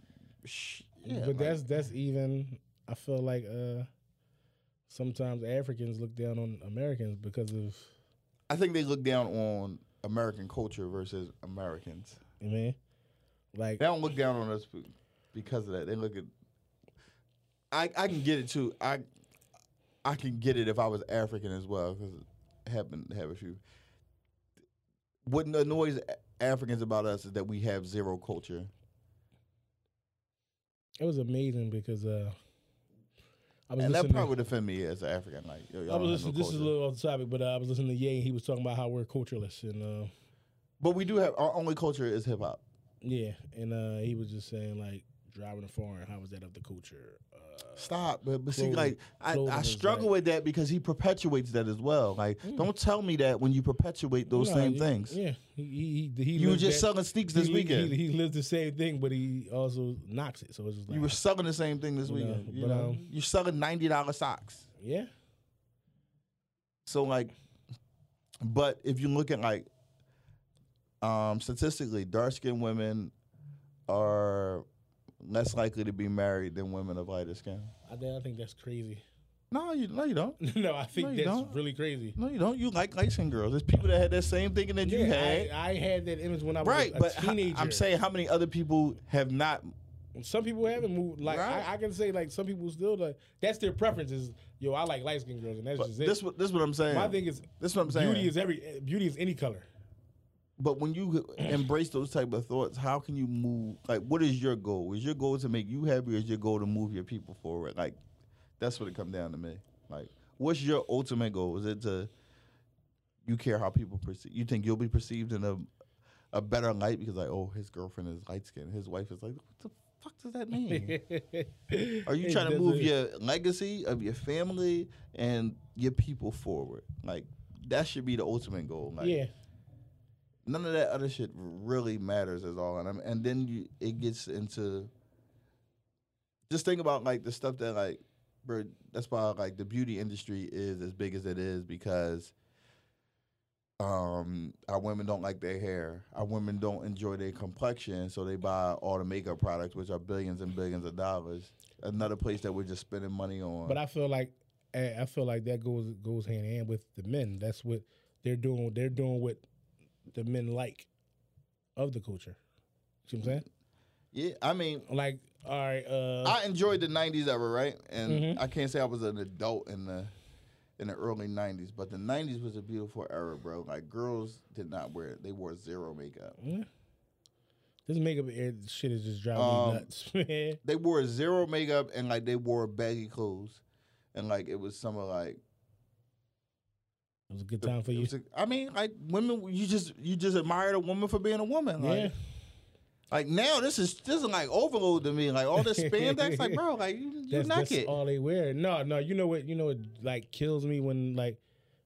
sh- yeah, but like, that's that's even. I feel like uh sometimes Africans look down on Americans because of. I think they look down on American culture versus Americans. I mean, like They don't look down on us be- because of that. They look at. I I can get it too. I I can get it if I was African as well because happen to have a few. What annoys A- Africans about us is that we have zero culture. it was amazing because uh I was and that listening. probably would offend me as an African. Like, yo, y'all I don't have was listening, no this is a culture. little off topic, but uh, I was listening to Ye, and he was talking about how we're cultureless, and uh, But we do have our only culture is hip hop. yeah, and uh, he was just saying like driving a foreign, how was that of the culture? Uh, Stop. But, but see, Clothing- like, I, clothing I is struggle like- Mm. with that because he perpetuates that as well. Like, don't tell me that when you perpetuate those nah, same you- things. Yeah, he he, he You were lived just that- selling sneaks this he, weekend. He, he lives the same thing, but he also knocks it. So it's just like You were selling the same thing this You know, weekend. you but, know, um, you're selling ninety dollar socks. yeah, So like, but if you look at like, um, statistically, dark skinned women are less likely to be married than women of lighter skin. I, think- I think that's crazy. No, you no you don't. no, I think you that's don't. really crazy. No, you don't. You like light skinned girls. There's people that had that same thinking that you had. I, I had that image when I was Right, a but h- teenager. I'm saying how many other people have not? some people haven't moved. Like Right. I, I can say, like some people still like that's their preferences. Yo, I like light skinned girls, and that's But just it. this what this what I'm saying. My thing is, this what I'm saying. beauty is every beauty is any color. But when you embrace those type of thoughts, how can you move? Like, what is your goal? Is your goal to make you happy, or is your goal to move your people forward? Like, that's what it comes down to me. Like, what's your ultimate goal? Is it to you care how people perceive? You think you'll be perceived in a a better light because like, oh, his girlfriend is light skinned His wife is like, what the fuck does that mean? Are you It trying to move doesn't- your legacy of your family and your people forward? Like that should be the ultimate goal. Like, yeah. none of that other shit really matters as all. And I'm, and then you, it gets into just think about like the stuff that like, bro. That's why like the beauty industry is as big as it is because. Um, our women don't like their hair. Our women don't enjoy their complexion, so they buy all the makeup products, which are billions and billions of dollars. Another place that we're just spending money on. But I feel like I I feel like that goes goes hand in hand with the men. That's what they're doing. They're doing what the men like of the culture. See what I'm saying? yeah, I mean, Like, all right, uh, I enjoyed the '90s era, right? And Mm-hmm. I can't say I was an adult in the in the early '90s, but the '90s was a beautiful era, bro. Like girls did not wear they wore zero makeup. this makeup air shit is just driving Um, me nuts, man. They wore zero makeup and like they wore baggy clothes, and like it was some of like It was a good time for it you. was a- I mean like women you just you just admired a woman for being a woman. Like, yeah, like now this is this is like overload to me. Like all this spandex, like bro, like you you that's, that's naked. all they wear. No, no, you know what? You know what? Like kills me when like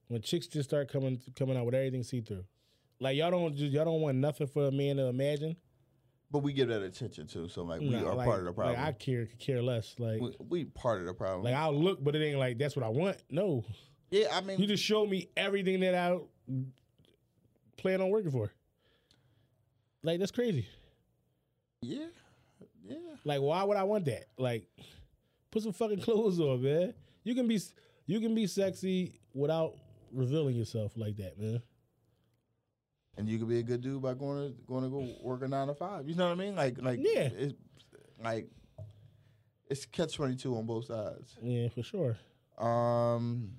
when chicks just start coming coming out with everything see through. Like y'all don't just, y'all don't want nothing for a man to imagine. But we give that attention too, so like we Nah, are like- part of the problem. Like I care care less. Like we, we part of the problem. Like I'll look, but it ain't like that's what I want. No, yeah, I mean you just show me everything that I plan on working for. Like that's crazy. Yeah. Yeah. Like why would I want that? Like put some fucking clothes on, man. You can be you can be sexy without revealing yourself like that, man. And you could be a good dude by going to going to go work a nine to five. You know what I mean? Like like Yeah. It's like it's catch twenty two on both sides. Yeah, for sure. Um.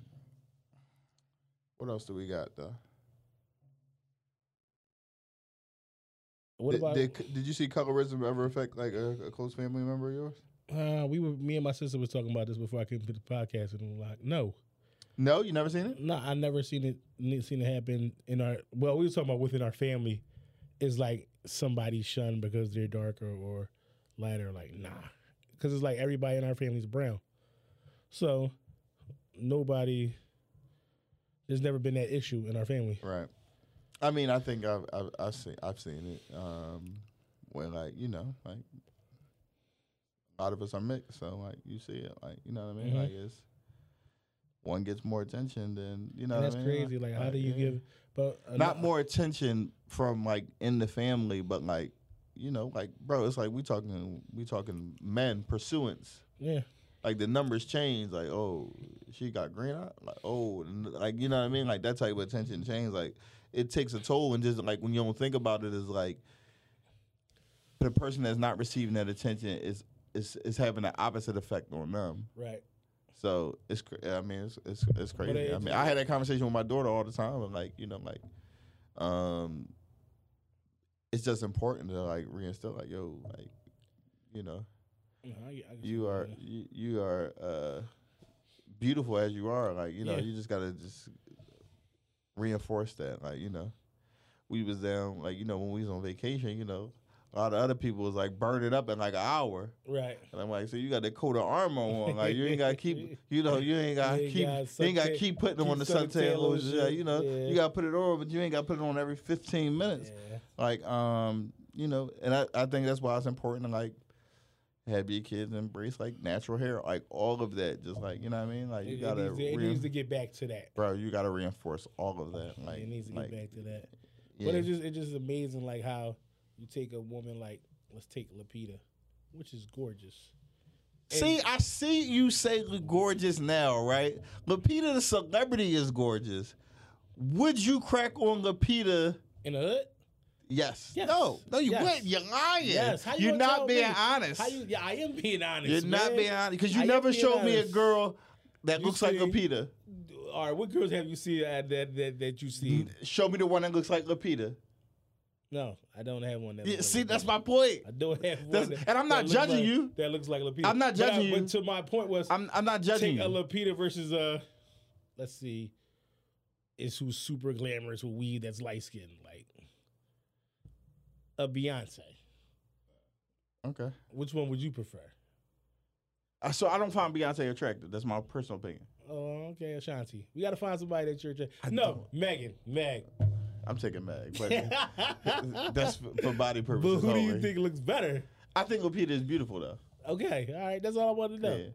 What else do we got though? What did, about did, did you see colorism ever affect like a, a close family member of yours? uh, we were me and my sister was talking about this before I came to the podcast, and I'm like, no, No, you never seen it. No, I never seen it ne- seen it happen in our well, we were talking about within our family is like somebody shunned because they're darker or lighter, like nah. Cause it's like everybody in our family's brown. So nobody there's never been that issue in our family. Right. I mean, I think I've I've, I've seen I've seen it. Um, when like you know like a lot of us are mixed, so like you see it, like you know what I mean. Mhm. Like it's one gets more attention than you know. And what I that's mean? crazy. Like how do you yeah. give but uh, not more attention from like in the family, but like you know like bro, it's like we talking we talking men pursuance Yeah. like the numbers change. Like, oh, she got green eye. Like, oh, n- like you know what I mean. Like that type of attention change. Like it takes a toll, and just like when you don't think about it, is like the person that's not receiving that attention is is is having the opposite effect on them. Right. So it's cra- I mean it's it's, it's crazy. it- I mean I had that conversation with my daughter all the time, and like you know like, um, it's just important to like reinstill like yo like, you know Nah, I- I guess- you are you, you are uh, beautiful as you are. Like you know, Yeah. you just gotta just reinforce that. Like you know, we was down like you know when we was on vacation. You know, a lot of other people was like burn it up in like an hour, Right. and I'm like, so you got the coat of armor on. Like you ain't gotta keep you know you ain't gotta You ain't keep gotta you ain't gotta suntan- keep putting keep on the suntan suntan lotion. lotion. You know, Yeah. you gotta put it on, but you ain't gotta put it on every 15 minutes Yeah. like um you know and I, I think that's why it's important to like have your kids embrace like natural hair like all of that just like you know what i mean like It, you it gotta needs to, it rein- needs to get back to that. bro you gotta reinforce all of that like it needs to like, get back to that. yeah. But it's just it's just amazing like how you take a woman like let's take Lapita, which is gorgeous. see i see you say gorgeous now right lapita the celebrity is gorgeous would you crack on lapita In the hood? yes, Yes. no no you Yes. wouldn't you're lying Yes. How you you're gonna tell not being me? honest How you yeah, I am being honest. you're not man. being honest because you I am never being showed me a honest. girl that You looks like see- lapita All right, what girls have you seen uh, that that, that you see? Show me the one that looks like Lapita. No, I don't have one that Yeah, looks see, like that's Lapita. my point. I don't have That's- one. that- and I'm not that looks judging like- you. That looks like Lapita. I'm not But I- judging you. But to my point was I'm I'm not judging take you. a Lapita versus a let's see, is who's super glamorous with weed that's light skinned, like a Beyonce. Okay. Which one would you prefer? Uh, So I don't find Beyonce attractive. That's my personal opinion. Oh, okay, Ashanti. We gotta find somebody that you're. attra- I No, Megan, Meg. I'm taking Meg, but that's for, for body But purposes. who do you only. think looks better? I think Lupita is beautiful though. Okay, all right, that's all I wanted to know. Yeah.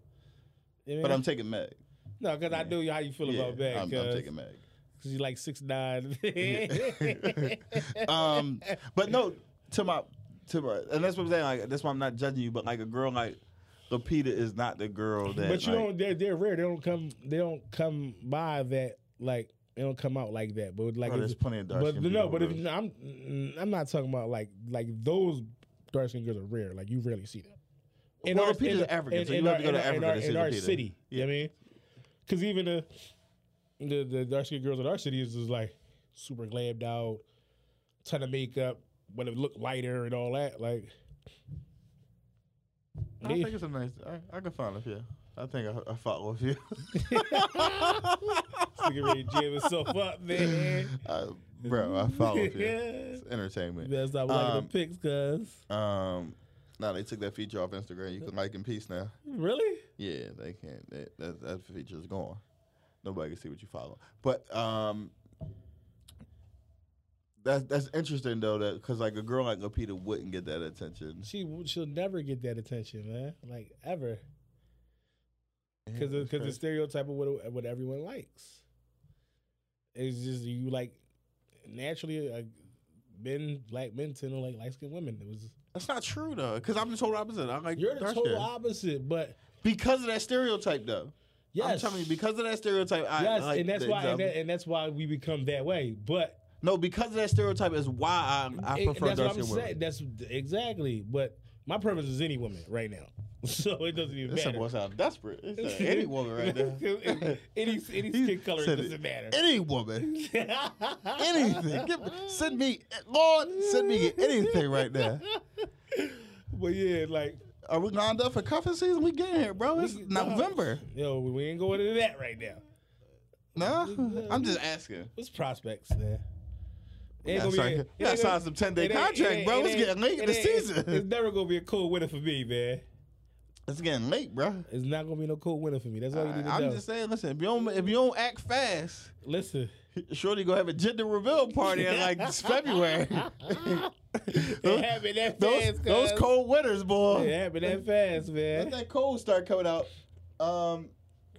You But know what I I'm mean? taking Meg. no, because I know how you feel Yeah, about Meg. I'm, I'm taking Because Meg. you like six nine. um, but no, to my to my, and that's what I'm saying. Like that's why I'm not judging you. But like a girl like Lupita is not the girl that. but you like, don't. They're, they're rare. They don't come. They don't come by that. Like they don't come out like that. But like, Bro, if- there's plenty of dark But skin no. But if girls. I'm, mm, I'm not talking about like like those dark skin girls are rare. Like you rarely see them. In Well, our- Lupita's in- African, in- so you in don't our- have to go to in Africa our- in our- to see In our Lupita. city, you know what I mean, because even the the, the dark skinned girls in our city is just like super glammed out, ton of makeup, but it look lighter and all that. Like I Yeah. think it's a nice. I, I can find a few. I think I, I follow a few. this nigga ready to jam himself up, man. I, bro, I follow a few. Yeah. It's entertainment. Better stop liking Um, the pics, cuz. Um, now they took that feature off Instagram. You can like in peace now. Really? Yeah, they can't. They, that that feature's gone. Nobody can see what you follow. But um, that's that's interesting though. That because like a girl like Lupita wouldn't get that attention. She w- she'll never get that attention, man. Like ever. Because Yeah, because the that's stereotype of what what everyone likes. It's just you like naturally like men black men tend to like light skinned women. It was That's not true though. Because I'm the total opposite. I'm like you're the dark total skin. opposite, but because of that stereotype though. yes, I'm telling you because of that stereotype. I, yes, like and that's the why and, example. that, and that's why we become that way. But no, because of that stereotype is why I I It- prefer that's dark what I'm skin saying. women. That's exactly. But my purpose is any woman right now, so it doesn't even This matter. boy sound desperate. It's like Uh, any woman right there. any any He skin color it said doesn't matter. Any woman. anything. Give, send me, Lord, send me anything right now. but yeah, like Are we lined up for cuffing season? We getting here, bro. It's We- nah. November. yo, we ain't going into that right now. No, I'm just asking. What's prospects man? It ain't Yeah, gonna be- sorry. it You ain't gotta sign gonna- some 10-day it ain't- contract, it ain't- bro. it It's ain't- getting late in it the ain't- it's- season. It's never gonna be a cold winter for me, man. It's getting late, bro. It's not gonna be no cold winter for me. That's all you need to I'm know. just saying. Listen, if you don't, if you don't act fast, Listen, Shorty gonna have a gender reveal party in like this February. it happened that those, fast. those cuz. cold winters, boy. It happened that fast, Let man. that cold start coming out. Um,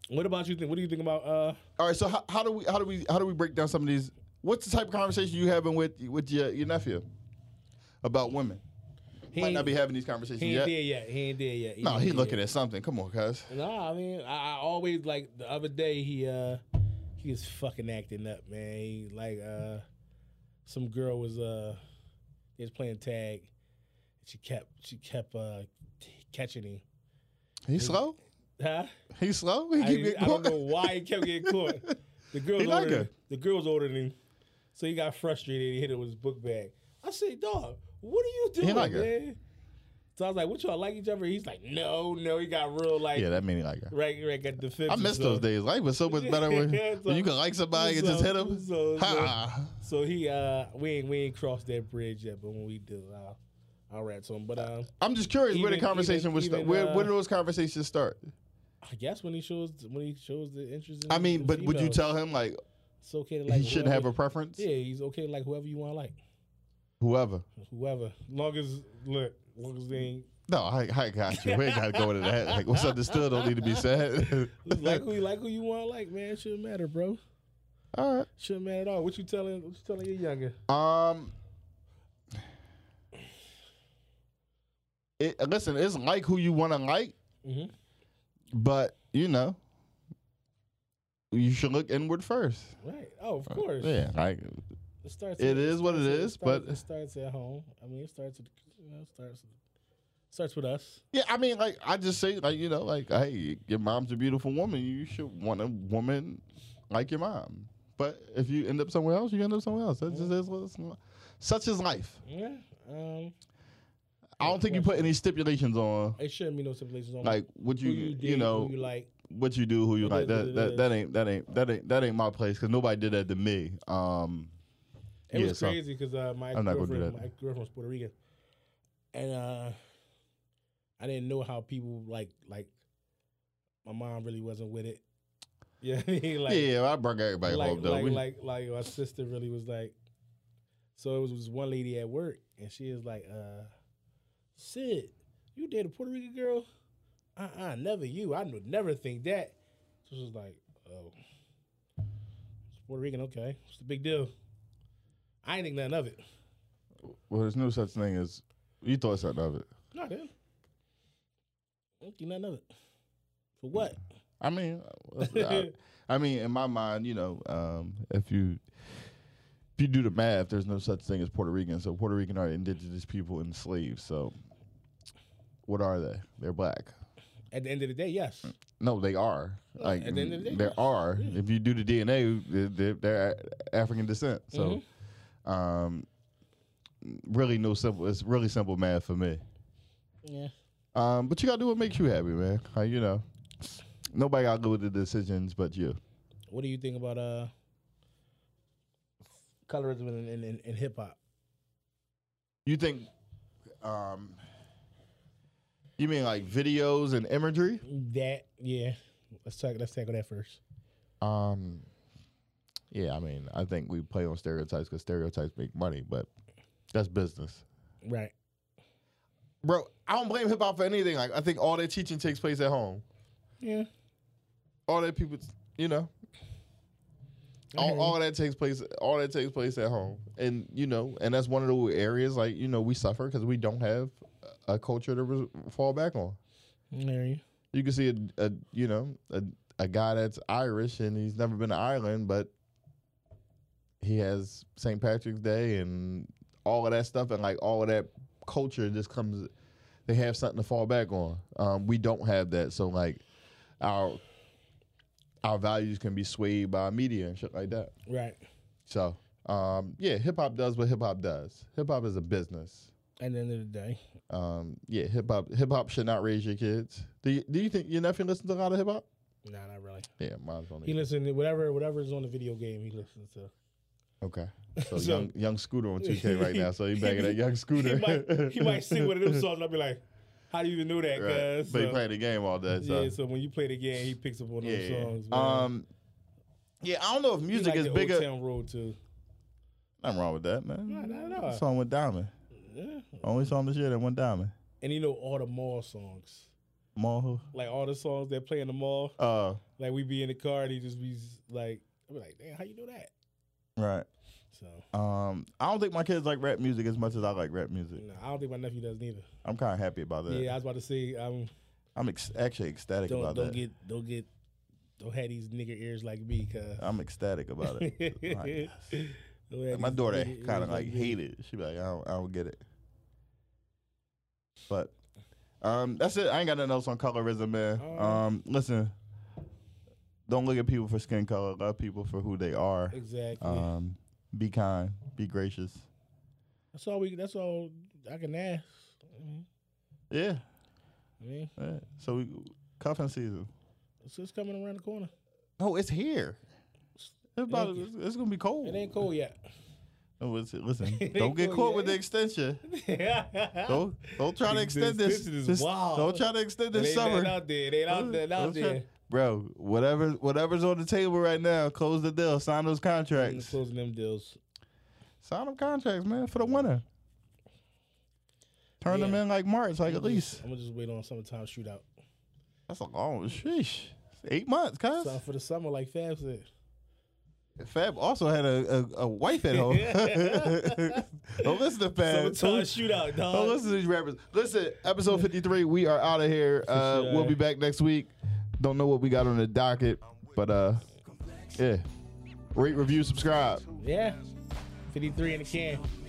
What about you? Think? What do you think about? uh All right. So how, how do we how do we how do we break down some of these? What's the type of conversation you having with with your, your nephew about women? He Might ain't- not be having these conversations He ain't yet. dead yet. He ain't dead yet. No, he ain't looking dead at something. Come on, cuz. yet. Nah, I mean, I, I always like the other day he uh he was fucking acting up, man. He, like uh some girl was uh he was playing tag. She kept she kept uh c- catching him. He slow. Huh? He slow. He I, keep getting I don't know caught. why he kept getting caught. The girl's He like older. her. The girl's older than him, so he got frustrated. and He hit her with his book bag. I say, dog, what are you doing, like her. man? So I was like, what y'all like each other? He's like, no, no. He got real like Yeah, that mean like. Right, right, got defensive. I miss those so- days. Life was so much better when, Yeah, so- when you could like somebody and just so- hit them. so- so- ha! So he, uh, we ain't we ain't crossed that bridge yet, but when we do, I'll, I'll rant to him. But um, I'm just curious where the Even- conversation even- was. St- even, where, where uh, do those conversations start? I guess when he shows when he shows the interest, in I mean, the but would you females, tell him like, It's okay to like. he shouldn't have whoever- a preference? Yeah, he's okay to like whoever you want to like, Whoever. whoever. Long as look, long as they ain't No, I, I got you. We ain't got to go into that. Like, what's understood don't need to be said. like who you like who you want to like, man. It shouldn't matter, bro. All Shouldn't matter at all. What you telling? What you telling your younger? right. Um. It, listen, it's like who you want to like, Mm-hmm. but you know, you should look inward first. Right. Oh, of course. Uh, Yeah, like It starts. It is what it starts- is, starts- but- it starts at home. I mean, it starts. With, you know, it starts. Starts with us. yeah. I mean, like I just say, like you know, like hey, your mom's a beautiful woman. You should want a woman like your mom. But if you end up somewhere else, you end up somewhere else. That's just is what it's, such is life. Yeah. Um. I don't think you put any stipulations on It shouldn't be no stipulations on like would who you you, date, know who you like. what you do, who you like. yeah, That yeah, that, that ain't that ain't that ain't that ain't my place because nobody did that to me. Um, It yeah, was so- crazy because uh, my I'm not gonna do girlfriend, that. my girlfriend's Puerto Rican, and uh, I didn't know how people like like my mom really wasn't with it. Yeah, I mean, like yeah, I brought everybody like, home though. Like, We- like, like, my sister really was like, so it was, this one lady at work, and she is like, uh, Sid, you date a Puerto Rican girl? Uh uh never you. I would never think that. So she was like, oh, it's Puerto Rican, okay. What's the big deal? I ain't think nothing of it. well, there's no such thing as you thought something of it. No, I didn't. I didn't think nothing of it. For what? I mean, I, I mean, in my mind, you know, um, if you if you do the math, there's no such thing as Puerto Rican. So Puerto Rican are indigenous people and slaves. So what are they? They're black. At the end of the day, yes. No, they are. Like at the end of the day, there yes. are. If you do the DNA, they're- they're, they're A- African descent. So, Mm-hmm. um, really, no simple. It's really simple math for me. Yeah. Um, but you gotta do what makes you happy, man. Like, you know, nobody gotta go with the decisions but you. What do you think about uh colorism in, in, in, in hip hop? You think, um, you mean like videos and imagery? That yeah. Let's talk. Let's tackle that first. Um, yeah, I mean, I think we play on stereotypes because stereotypes make money, but that's business. Right. Bro, I don't blame hip hop for anything. Like, I think all their teaching takes place at home. Yeah. All that people, you know, all, all that takes place. All that takes place at home, and you know, and that's one of the areas like you know we suffer because we don't have a culture to res- fall back on. There you. you can see a, a you know a, a guy that's Irish and he's never been to Ireland, but he has St. Patrick's Day and all of that stuff, and like all of that culture just comes. They have something to fall back on. Um, we don't have that, so like our our values can be swayed by media and shit like that. Right. So um, yeah, hip hop does what hip hop does. Hip hop is a business At the end of the day, um, yeah, hip hop hip hop should not raise your kids. Do you, do you think your nephew listens to a lot of hip hop? nah, not really. Yeah, mine's He only listens to whatever whatever is on the video game. He listens to. okay. So, So- young young Scooter on 2K right now, so he banging that young Scooter. He might he might sing one of them songs. and I'll be like, how do you even know that? right. Cause But he playing the game all day. So yeah. So when you play the game, he picks up on those yeah, songs. man. um, yeah, I don't know if He music like is the bigger. Old Town Road too. Nothing wrong with that, man. Nah, not at all. Song with Diamond. Yeah. Only song this year that went Diamond. And you know all the mall songs, Maho. like all the songs that play in the mall. Uh, Like we be in the car and he just be s- like, I'm like, damn, how you know that? right. So Um, I don't think my kids like rap music as much as I like rap music. no, I don't think my nephew does neither. I'm kind of happy about that. Yeah, I was about to say, um, I'm ex- actually ecstatic don't about don't that. get don't get don't have these nigger ears like me, cause I'm ecstatic about it. Like, Don't have my these daughter nigger kind ears of like me. hated. it. She be like, I don't, I don't get it. But um, that's it. I ain't got nothing else on colorism, man. Alright. Um, listen, don't look at people for skin color. Love people for who they are. Exactly. Um, be kind. Be gracious. that's all we. That's all I can ask. Mhm. Yeah. I mean, yeah. So we cuffing season. it's just coming around the corner. No, it's here. It's, about, Thank you. it's, it's gonna be cold. It ain't cold yet. No, it's- listen, ain't don't get cold caught yet. with the extension. don't Don't don't try to The extend this. extension is this- wild. Don't try to extend it this ain't summer. nothing out there. It ain't out there. it ain't Don't out try- there. Bro, whatever whatever's on the table right now, close the deal. Sign those And contracts. closing them deals. Sign them contracts, man, for the winter. Turn them Yeah. in like March, like at least. I'm gonna just wait on summertime shootout. That's a long sheesh. Eight months, cuz. So for the summer, like Fab said. Fab also had a, a, a wife at home. don't listen to Fab. Summertime shootout, Don't dog. listen to these rappers. Listen, episode 53, we are out of here. Uh, sure. We'll be back next week. Don't know what we got on the docket, but uh, yeah. Rate, review, subscribe. Yeah. 53 in the can.